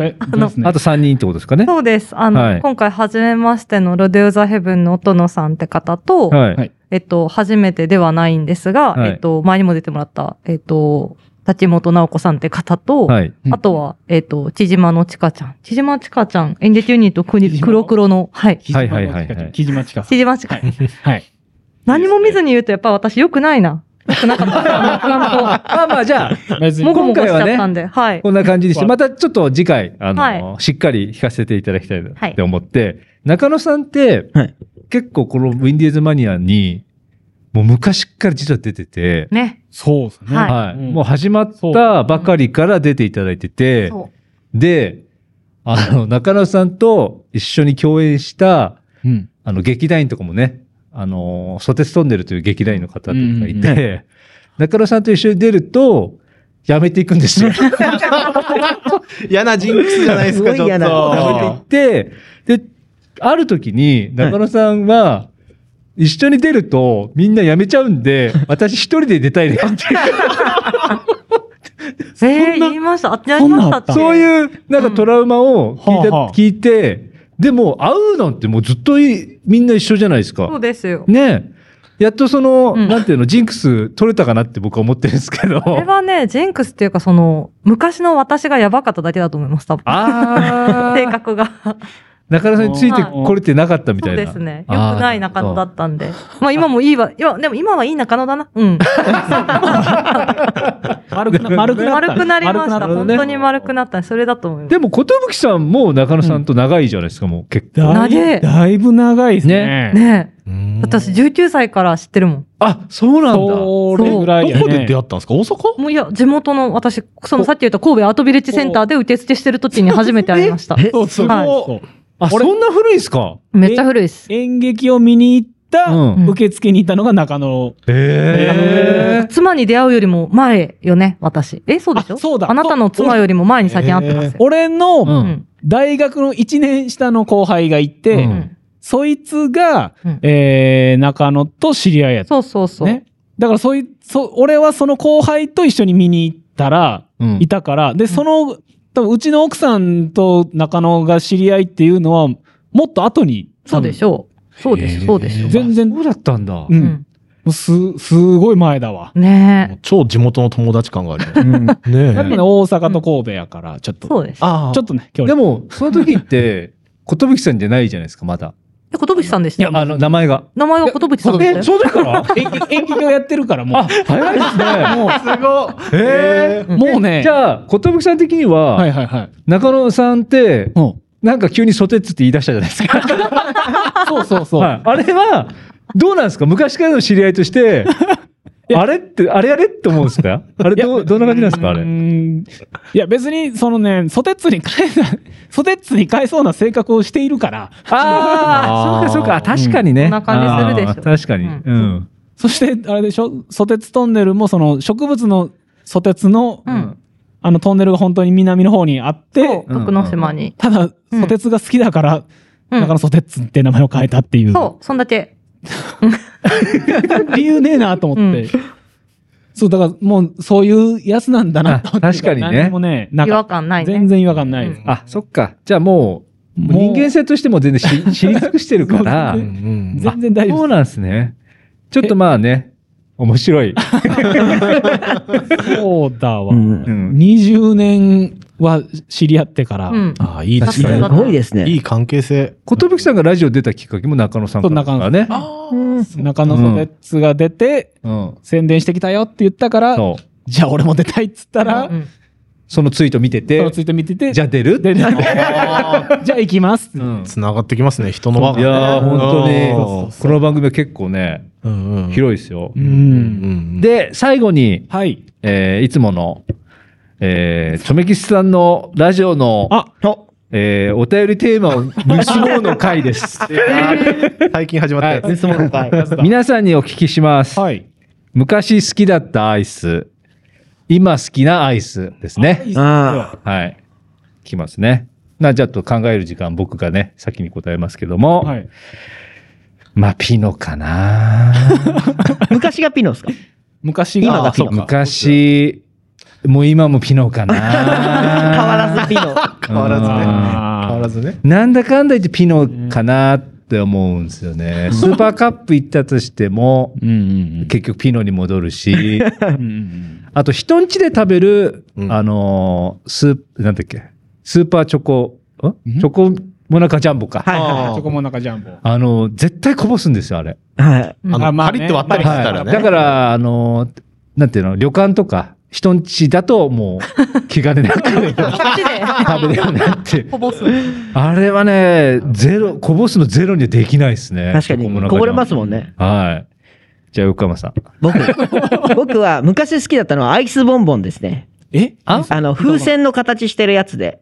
H: 3人ってことですかね。
D: そうです。あの、
H: はい
D: 今回、初めましてのロデオザヘブンの音野さんって方と、
H: はい。
A: はい
D: えっと、初めてではないんですが、
H: はい
D: えっと、前にも出てもらった、えっと、滝本直子さんって方と、
H: はい。
A: い
D: あとは、えっと、千島のちかちゃん。千島ちかちゃん、演劇ユニット国
A: 千島
D: 黒黒の、はい。
H: はいはいはいはい
A: 木島近さん
D: 千島ちか、
A: はい。
D: 何も見ずに言うと、やっぱ私良くないな。良くなかった。あの
H: まあまあじゃあ、
A: 別
D: も
A: に。
D: ごもごしちゃったんで、はい。
H: こんな感じにして、またちょっと次回、あの、
D: は
H: しっかり聞かせていただきたいな
D: はい
H: って思って、中野さんって、
B: はい
H: 結構このウィンディーズマニアに、もう昔っから実は出てて、
D: ね。
A: そうですね。
D: はい
H: はい。
A: うん
H: もう始まったばかりから出ていただいてて、
D: そ
H: で、あの、中野さんと一緒に共演した、
A: うん。
H: あの、劇団員とかもね、あの、ソテツトンネルという劇団員の方とかい
A: うんうん
H: て、 <laughs> 中野さんと一緒に出ると、やめていくんですよ。や
C: <laughs> 嫌なジンクスじゃないですか、
B: す
C: ち
B: ご
C: ょ
B: い
C: っ
B: 嫌な
H: めてい
C: と。
H: って、で、ある時に中野さんは、一緒に出るとみんなやめちゃうんで、私一人で出たいねって
D: う。えー、言いました。あ、や
A: そ
D: り
A: んな
D: まし
A: のあ
D: た
A: っ
D: ったて。
H: そ
D: う。
H: ういう、なんかトラウマを聞いた
A: はあはあ
H: 聞いて、でも、会うなんてもうずっといみんな一緒じゃないです
D: そう
H: か。
D: ですよ。
H: ねえやっとその、
D: うん
H: なんていうの、ジンクス取れたかなって僕は思ってるんですけど。
D: これはね、ジェンクスっていうか、その、昔の私がやばかっただけだと思います、多分。
H: あ
D: 性
H: あ、
D: 格が。
H: 中野さんについてこれてなかったみたいな。
D: そうですね。良く
H: あー
D: ない中野だったんで。まあ今もいいわ。いや、でも今はいい中野だな。うん。
A: 丸くな、丸くなっ
D: 丸
A: たね
D: くなりまし
A: 丸く
D: た。
A: っ
D: 本当に丸くなった。それだと思います。
H: でも、寿さんも中野さんと長いじゃないですか、もう結構。
A: だい
D: 長え
A: だいぶ長いですね。
D: ねえ。
C: うん
D: 私19歳から知ってるもん。
H: あ、そうなんだ。
A: それぐらい
C: ど
A: やね
C: こで出会ったんですか大阪
D: もういや、地元の私、そのさっき言った神戸アートビレッジセンターで受け付けしてる時に初めて会いました。
C: そうそ
D: は
C: こ
A: そう
H: あ、そ
A: 俺
H: んな古いんすか
D: めっちゃ古いです。
A: 演劇を見に行った
H: うん。
A: 受付に行ったのが中野。
H: ええ
D: 妻に出会うよりも前よね、私。え、そうでしょ
A: あそうだ
D: あなたの妻よりも前に先に会ってますよ。
A: 俺
H: う
A: の
H: ん。
D: ん。
A: 大学の1年下の後輩がいうて
H: ん、
A: そいつが
D: うん、
A: えー中野と知り合いやった。
D: そうそうそう。
A: ね。だからそういう、そう、俺はその後輩と一緒に見に行ったら、
H: うん
A: いたから、で、その、多分うちの奥さんと中野が知り合いっていうのは、もっと後に。
D: そうでし
A: ょ。
D: ょう。そうでしょう、そうでしょう。
H: 全然。
A: 全然
H: そうだったんだ
A: う。。
D: うんん
A: もうす、すごい前だわ。
C: <laughs>
D: ね
C: 超地元の友達感があるよね。
F: うん
C: ね
A: やっぱね、大阪と神戸やから、ちょっと。
D: そうです。
C: ああ
A: ちょっとね、距
H: で
A: 離。
H: も、その時
A: <laughs>
H: って、寿さんじゃないじゃないですか、まだ。
D: え、ことぶしさんでし
H: い
D: た
H: や、あの、名前が。
D: 名前はことぶしさんでした
H: え、
D: よ
H: その時から
A: 演劇 <laughs> 演劇をやってるから、もう
H: あ、。早いですね。
A: もう、
H: え
A: もうね。
H: え。じゃあ、寿さん的に
A: は
H: は、
A: いはいはい。
H: 中野さんって、
A: うん
H: なんか急にソテツって言い出したじゃないですか。
A: <laughs> そうそうそう。
H: はいあれは、どうなんですか昔からの知り合いとして、あれって、あれやれって思うんですかあれどう、どんな感じなんですかあ
A: うー
H: れ。
A: んいや、別に、そのね、ソテツに変えな、 <laughs> ソテツに変えそうな性格をしているから、
H: ああ、そうかそうか、確かにね。
D: そんな感じするでしょ
H: あー確かに。
D: うん
H: うん。
A: そして、あれでしょ、ソテツトンネルも、その、植物のソテツの、
D: うん。
A: あの、トンネルが本当に南の方にあって
D: そ、う、徳之島に。
A: ただ、
D: うん
A: ソテツが好きだから、
D: うん
A: だからソテツって名前を変えたっていう。
D: そう、そんだけ。
A: <laughs> 理由ねえなと思って。そう、だからもう、そういうやつなんだなと思って。
H: あ確かにね
A: 何もね、なん
D: 違
A: か
D: 和感ないね。
A: 全然違和感ないです。
H: あ、そっか。じゃあもう、
A: もう
H: 人間性としても全然
A: <laughs>
H: 知知り尽くしてるから
A: そう、
C: うんうん
A: 全然大丈
H: そ
A: 夫
H: う
A: で
H: なんですね。ちょっとまあね、面白い。
A: す。 <laughs> そうだわ。
B: うん
H: うん
A: 20年は知り合ってから、
D: うん。
C: ああ、いいです
B: す
D: 確か
C: ね
D: に。
B: ごいですね。
C: いい関係性。
H: 寿さんがラジオ出たきっかけも中野さんからだからね。
A: 中野ソテツが出て、
H: うん。
A: 宣伝してきたよって言ったから、
H: そう。
A: じゃあ俺も出たいっつったら、
D: うん
H: そのツイート見て
A: そ
H: て
A: の、ツイート見てて、
H: じゃあ出る
A: でじゃあ行きます。
H: うん
C: つながってきますね、人の輪が。
H: いやー、本当に、
C: うん
H: この番組は結構ね、
C: うんうん
H: 広いですよ
A: う。。
C: うんんで、
H: で、最後に、
A: はい。
H: えーいつもの、えー、チョメキスさんのラジオの、
A: あ
H: えーお便りテーマを盗もうの回です。
C: <laughs> 最近始まったやつ。
H: はい
B: 質問会。
H: <laughs> 皆さんにお聞きします。
A: はい。
H: 昔好きだったアイス、今好きなアイスですね。
B: あ
H: はい。聞きますね。な、じゃあちょっと考える時間、僕がね、先に答えますけども、
A: はい。
H: まあ、ピノかな
B: <laughs> 昔がピノですか
A: 昔が、
B: 今がピノ。
A: あそう
B: 変わ
H: 昔、もう今もピノかな
B: らずピノ。
H: 変わらずね
A: あー
C: 変わらずね。
H: なんだかんだ言ってピノかなって思うんですよね。スーパーカップ行ったとしても、
A: うんうん
H: 結局ピノに戻るし、
A: うんうんうん。
H: あと人ん家で食べる、
C: うん
H: あのー、スープ、なんだっけ、スーパーチョコ、ん
A: ん
H: チョコモナカジャンボか。
B: はいは
A: チョコモナカジャンボ。
H: あのー、絶対こぼすんですよ、あれ。
B: いはい。
C: あ
A: あ
C: の、
A: まあ
C: パ
A: ね
C: リッと割ったりしたら
H: だ
C: ね。
H: から、あのー、なんていうの、旅館とか、人ん家だともう、気兼ねなく
D: こっちで。
H: 食べれるなって。
D: こぼす。
H: あれはね、ゼロ、こぼすのゼロにはできないですね。
B: 確かに
H: チョコモナカジャンボ
B: こぼれますもんね。
H: はい。じゃあ、横山さん。
B: 僕、 <laughs> 僕は昔好きだったのはアイスボンボンですね。
A: え
H: あ
B: あの、風船の形してるやつで。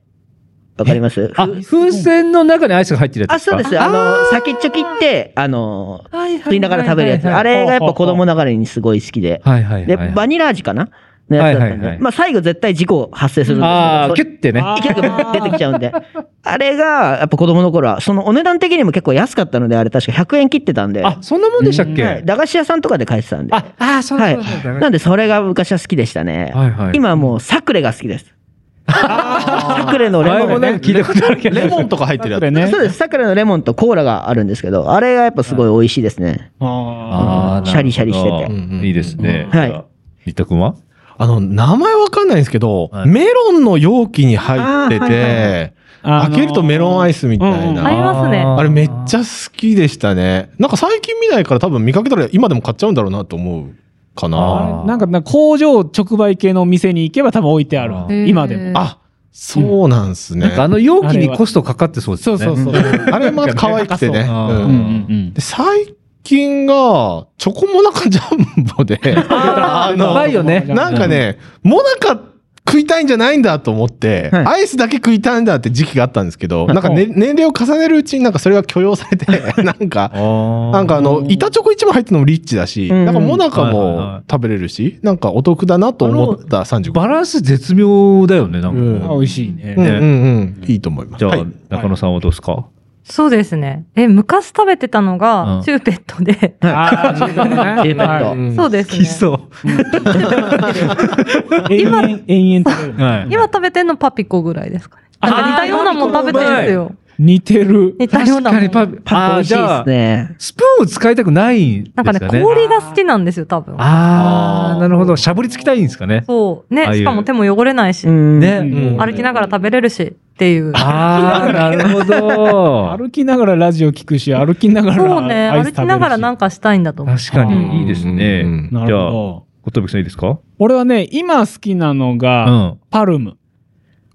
B: わかります
H: あ、風船の中にアイスが入ってるやつ
B: あ、そうで
H: か。
B: す。あの、先っちょ切って、あの、
D: 吸
B: 吸いながら食べるやつ。あれがやっぱ子供ながらにすごい好きで。
H: はいはい
B: で、
H: はい。
B: バニラ味かなのやつだったん
H: はいはいは
B: で
H: い。
B: まあ最後絶対事故発生するんですけど
H: ああ、
B: そ
H: キュッ
B: <laughs>
H: てね。
A: あー
B: 結構出てきちゃうんで。あれが、やっぱ子供の頃は、そのお値段的にも結構安かったので、あれ確か100円切ってたんで、
H: あ、そんなもんでしたっけ、
B: はい駄菓子屋さんとかで買えてたんで。
H: あ、あー、そう
B: は
H: だ
B: い
H: そうだそうだ。
B: なんでそれが昔は好きでしたね。
H: はいはい。
B: 今はもうサクレが好きです。サクレのレ
H: 前
B: モ
H: も
B: ン。
H: なんか聞いたことあるけど。
C: レモンとか入ってるや
A: こ
C: つ。
A: れね
B: そ。うです。サクレのレモンとコーラがあるんですけど、あれがやっぱすごい美味しいですね。
A: あ
B: ーシャリシャリしてて
C: うんうん
H: いいですね。
B: はい
H: じゃあ。新田くんは
C: あの、名前わかんないんですけど
H: は、い
C: メロンの容器に入って
B: あーはいはい
C: て、
A: あ
C: 開けるとメロンアイスみたい
A: うんうん
D: あり
C: な。
D: ますね
C: あれめっちゃ好きでしたね。なんか最近見ないから多分見かけたら今でも買っちゃうんだろうなと思うかな。
A: あれなんか、なんか工場直売系のお店に行けば多分置いてあるわ
H: あ
D: ー
A: 今でも。
C: あ、そうなんすね。
H: なんかあの容器にコストかかってそうです
A: そ
H: ね。
A: うそうそう。
C: <laughs> あれまず可愛くてね。
H: 高
C: うん
H: そうあー
A: うん
C: で最近が、チョコモナカジャンボで、あ
H: やばいよね。
C: なんかね、モナカ食いたいんじゃないんだと思って、
B: はい
C: アイスだけ食いたいんだって時期があったんですけど、なんか、ね、年齢を重ねるうちになんかそれが許容され
A: <laughs>
C: て、なんか、
H: な
C: なんかあの、板チョコ一枚入ってるのもリッチだし、
B: うん
C: なんかモナカ
H: はいはいは
C: も
H: い
C: 食べれるし、なんかお得だなと思った35。
H: バランス絶妙だよね、な
C: うんん
H: か。
A: あ美味しいね
C: うんうんうん。いいと思います。
H: じゃあ
C: はい、
H: 中野さんはどうですか
D: そうですね。え、昔食べてたの
H: うん
D: が、チューペットで。
A: あ
B: <laughs>
H: <laughs>
A: ー、
B: チューペット
A: はい
D: そうです
H: き
D: ね。
H: そ
A: 延々、延々食べる
H: う。はい。
D: 今食べてんのパピコぐらいですかね。
A: あ
D: なんか似たようなもん食べてるんですよ。
A: 似てる。
D: 似たようなもん
H: パピ
B: パ
H: あー
B: ピ美味しい
H: じゃ
B: で
H: あ
B: すね。
H: スプーンを使いたくないんです
D: なん
H: か
D: か
H: ね
D: ね氷が好きなんですよ多分
H: ああなるほどしゃぶりつきたいんですかね
D: そうね
H: ああいう
D: しかも手も汚れないし、
B: うん
H: ね、
C: ん
D: 歩きながら食べれるしっていう
H: ああなるほど
A: 歩きながらラジオ聞くし、歩きながら
D: そうね
A: アイ
D: 歩
A: ス食べ
D: き
A: るし
D: ながらなんかしたいんだと思う
H: 確か
A: うん
H: にいいですね
A: なるほど。
H: 寿さんいいですか
A: 俺はね、今好きなの
H: う
A: が、
H: ん
A: パルム。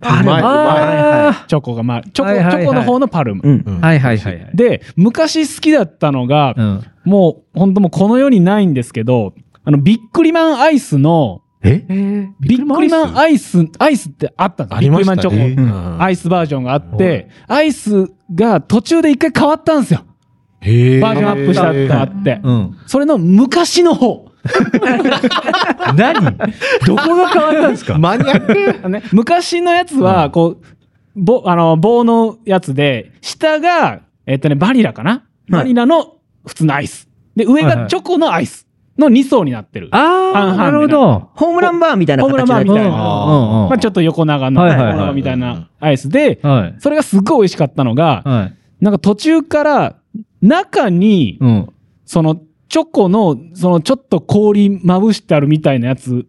C: あうまい
H: あ
A: チョコが、まあ、チョコ、
H: はいはいはい
A: チョコの方のパルム。
B: うん。
H: ーはいはいはいはい
A: で、昔好きだったのが、
H: うん
A: もう、ほんともうこの世にないんですけど、あの、ビックリマンアイスの、
H: え
A: ビックリマンアイス、アイスってあったんです
C: あ
A: ビ
C: り
A: ック
C: ま
A: リ
C: し
A: マン
C: た
A: チョコ。
C: ね。う
H: コ
C: ん
A: アイスバージョンがあって、アイスが途中で一回変わったんですよ。
C: へ
A: バージョンアップしたってあって。
H: うん
A: それの昔の方。
H: 何どこが変わったん <laughs> ですか
C: マニアック。
A: <laughs> ね昔のやつは、こう、ぼあの棒のやつで、下が、えっとね、バニラかな、バニラの普通のアイス。で、上
H: はいは
A: が
H: い
A: チョコのアイスの2層になってる。
H: あ
B: <laughs>
A: 半
H: あな
A: 々で
H: るほど
B: ホームランバーみたいな
A: ホームラ
B: 形
A: ンバーみたい
H: うん
A: な。
H: うんうん
A: まあ、ちょっと横長の、
H: はいはいはい
A: 横長みたいなアイスで、
H: はい
A: それがすごい美味しかったのが、
H: はい
A: なんか途中から、中に、
H: うん
A: その、チョコの、その、ちょっと氷まぶしてあるみたいなやつ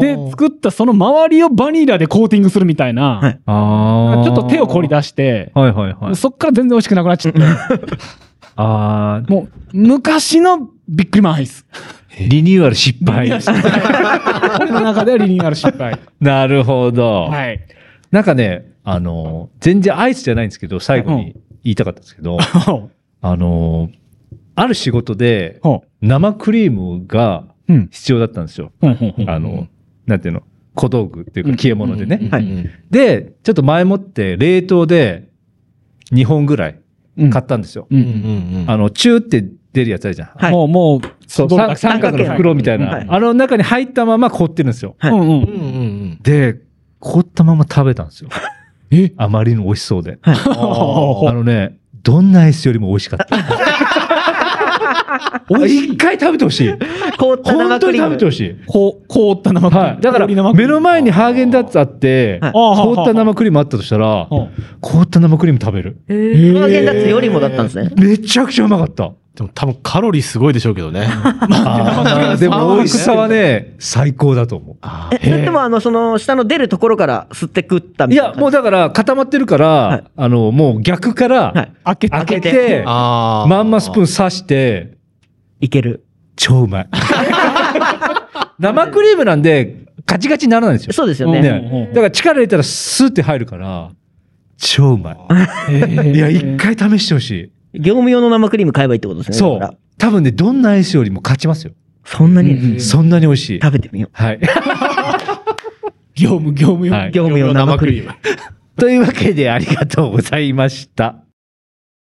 A: で作ったその周りをバニラでコーティングするみたいな、
B: はい
H: ああ
A: ちょっと手を凝り出して、
H: はいはいはい
A: そっから全然美味しくなくなっちゃって、 <laughs>
H: ああ
A: もう昔のビックリマンアイス。
H: リニューアル失敗
A: 俺の中ではリニューアル失敗。
H: <laughs> なるほど、
A: はい。
H: なんかねあの全然アイスじゃないんですけど最後に言いたかったんですけど、
A: ほ
H: あのある仕事で
A: う。ほ
H: 生クリームが
A: う。うん。
H: 必要だったんですよ、
A: ほうほうほう。
H: あのなんていうの小道具っていうか消え物でね、
B: はい
H: でちょっと前もって冷凍で2本ぐらい
A: うん
H: 買ったんですよ、
A: うん
H: あのチューって出るやつあるじゃん、
B: はい
A: もう、もう、
H: そう
A: そう
H: 三三角の袋みたいな、
B: はい
H: あの中に入ったまま凍ってるんですよ
B: はい
A: うんう。
C: うんんうん
H: で、凍ったまま食べたんですよ。えあまりに美味しそうで。あのね、どんなアイスよりも美味しかった。一回食べてほしい。
B: 凍った
H: 本
B: 生
H: 当
B: ク
H: に
B: リーム
H: 食べて。ほしい。
A: こう、凍った生クリーム。
H: はい。だから、
A: 氷生クリー
H: 目の前に
A: あ
H: ハーゲンダッツあって、
B: はい
H: 凍った生クリームあったとしたら、
A: あは
H: 凍った生クリーム食べる。
D: えー
A: あ
B: ハーゲンダッツよりもだったんですね。
H: めちゃくちゃうまかった。
C: でも多分カロリーすごいでしょうけどね。
H: <laughs> あーでも美味しさはね、最高だと思う。
C: あ
B: え、それともあの、その、下の出るところから吸って食ったみ
H: い
B: たいな
H: や、
B: 感じ。
H: もうだから固まってるから、
B: はい
H: あの、もう逆か
B: は
H: ら
B: い、
A: 開け
H: 開け
B: 開
H: て、
C: あー
H: まんまスプーン刺して、
B: いける。
H: 超うま
B: <laughs>
H: い。生クリームなんで、ガチガチにならないんですよ。
B: そうですよ
A: う
B: ね。
A: んうんうん
H: だから力入れたらスーって入るから、超
B: <laughs>
H: うまい。いや、一回試してほしい。
B: 業務用の生クリーム買えばいいってことですね。
H: そ
B: だか
H: う。多分ね、どんなアイスよりも勝ちますよ。
B: らそんなに、
H: そんなに美味しい。
B: 食べてみよ
H: はい。
A: 業務、業務用。
H: はい
B: 業務用生クリー
C: ム。
H: というわけで、ありがとうございました。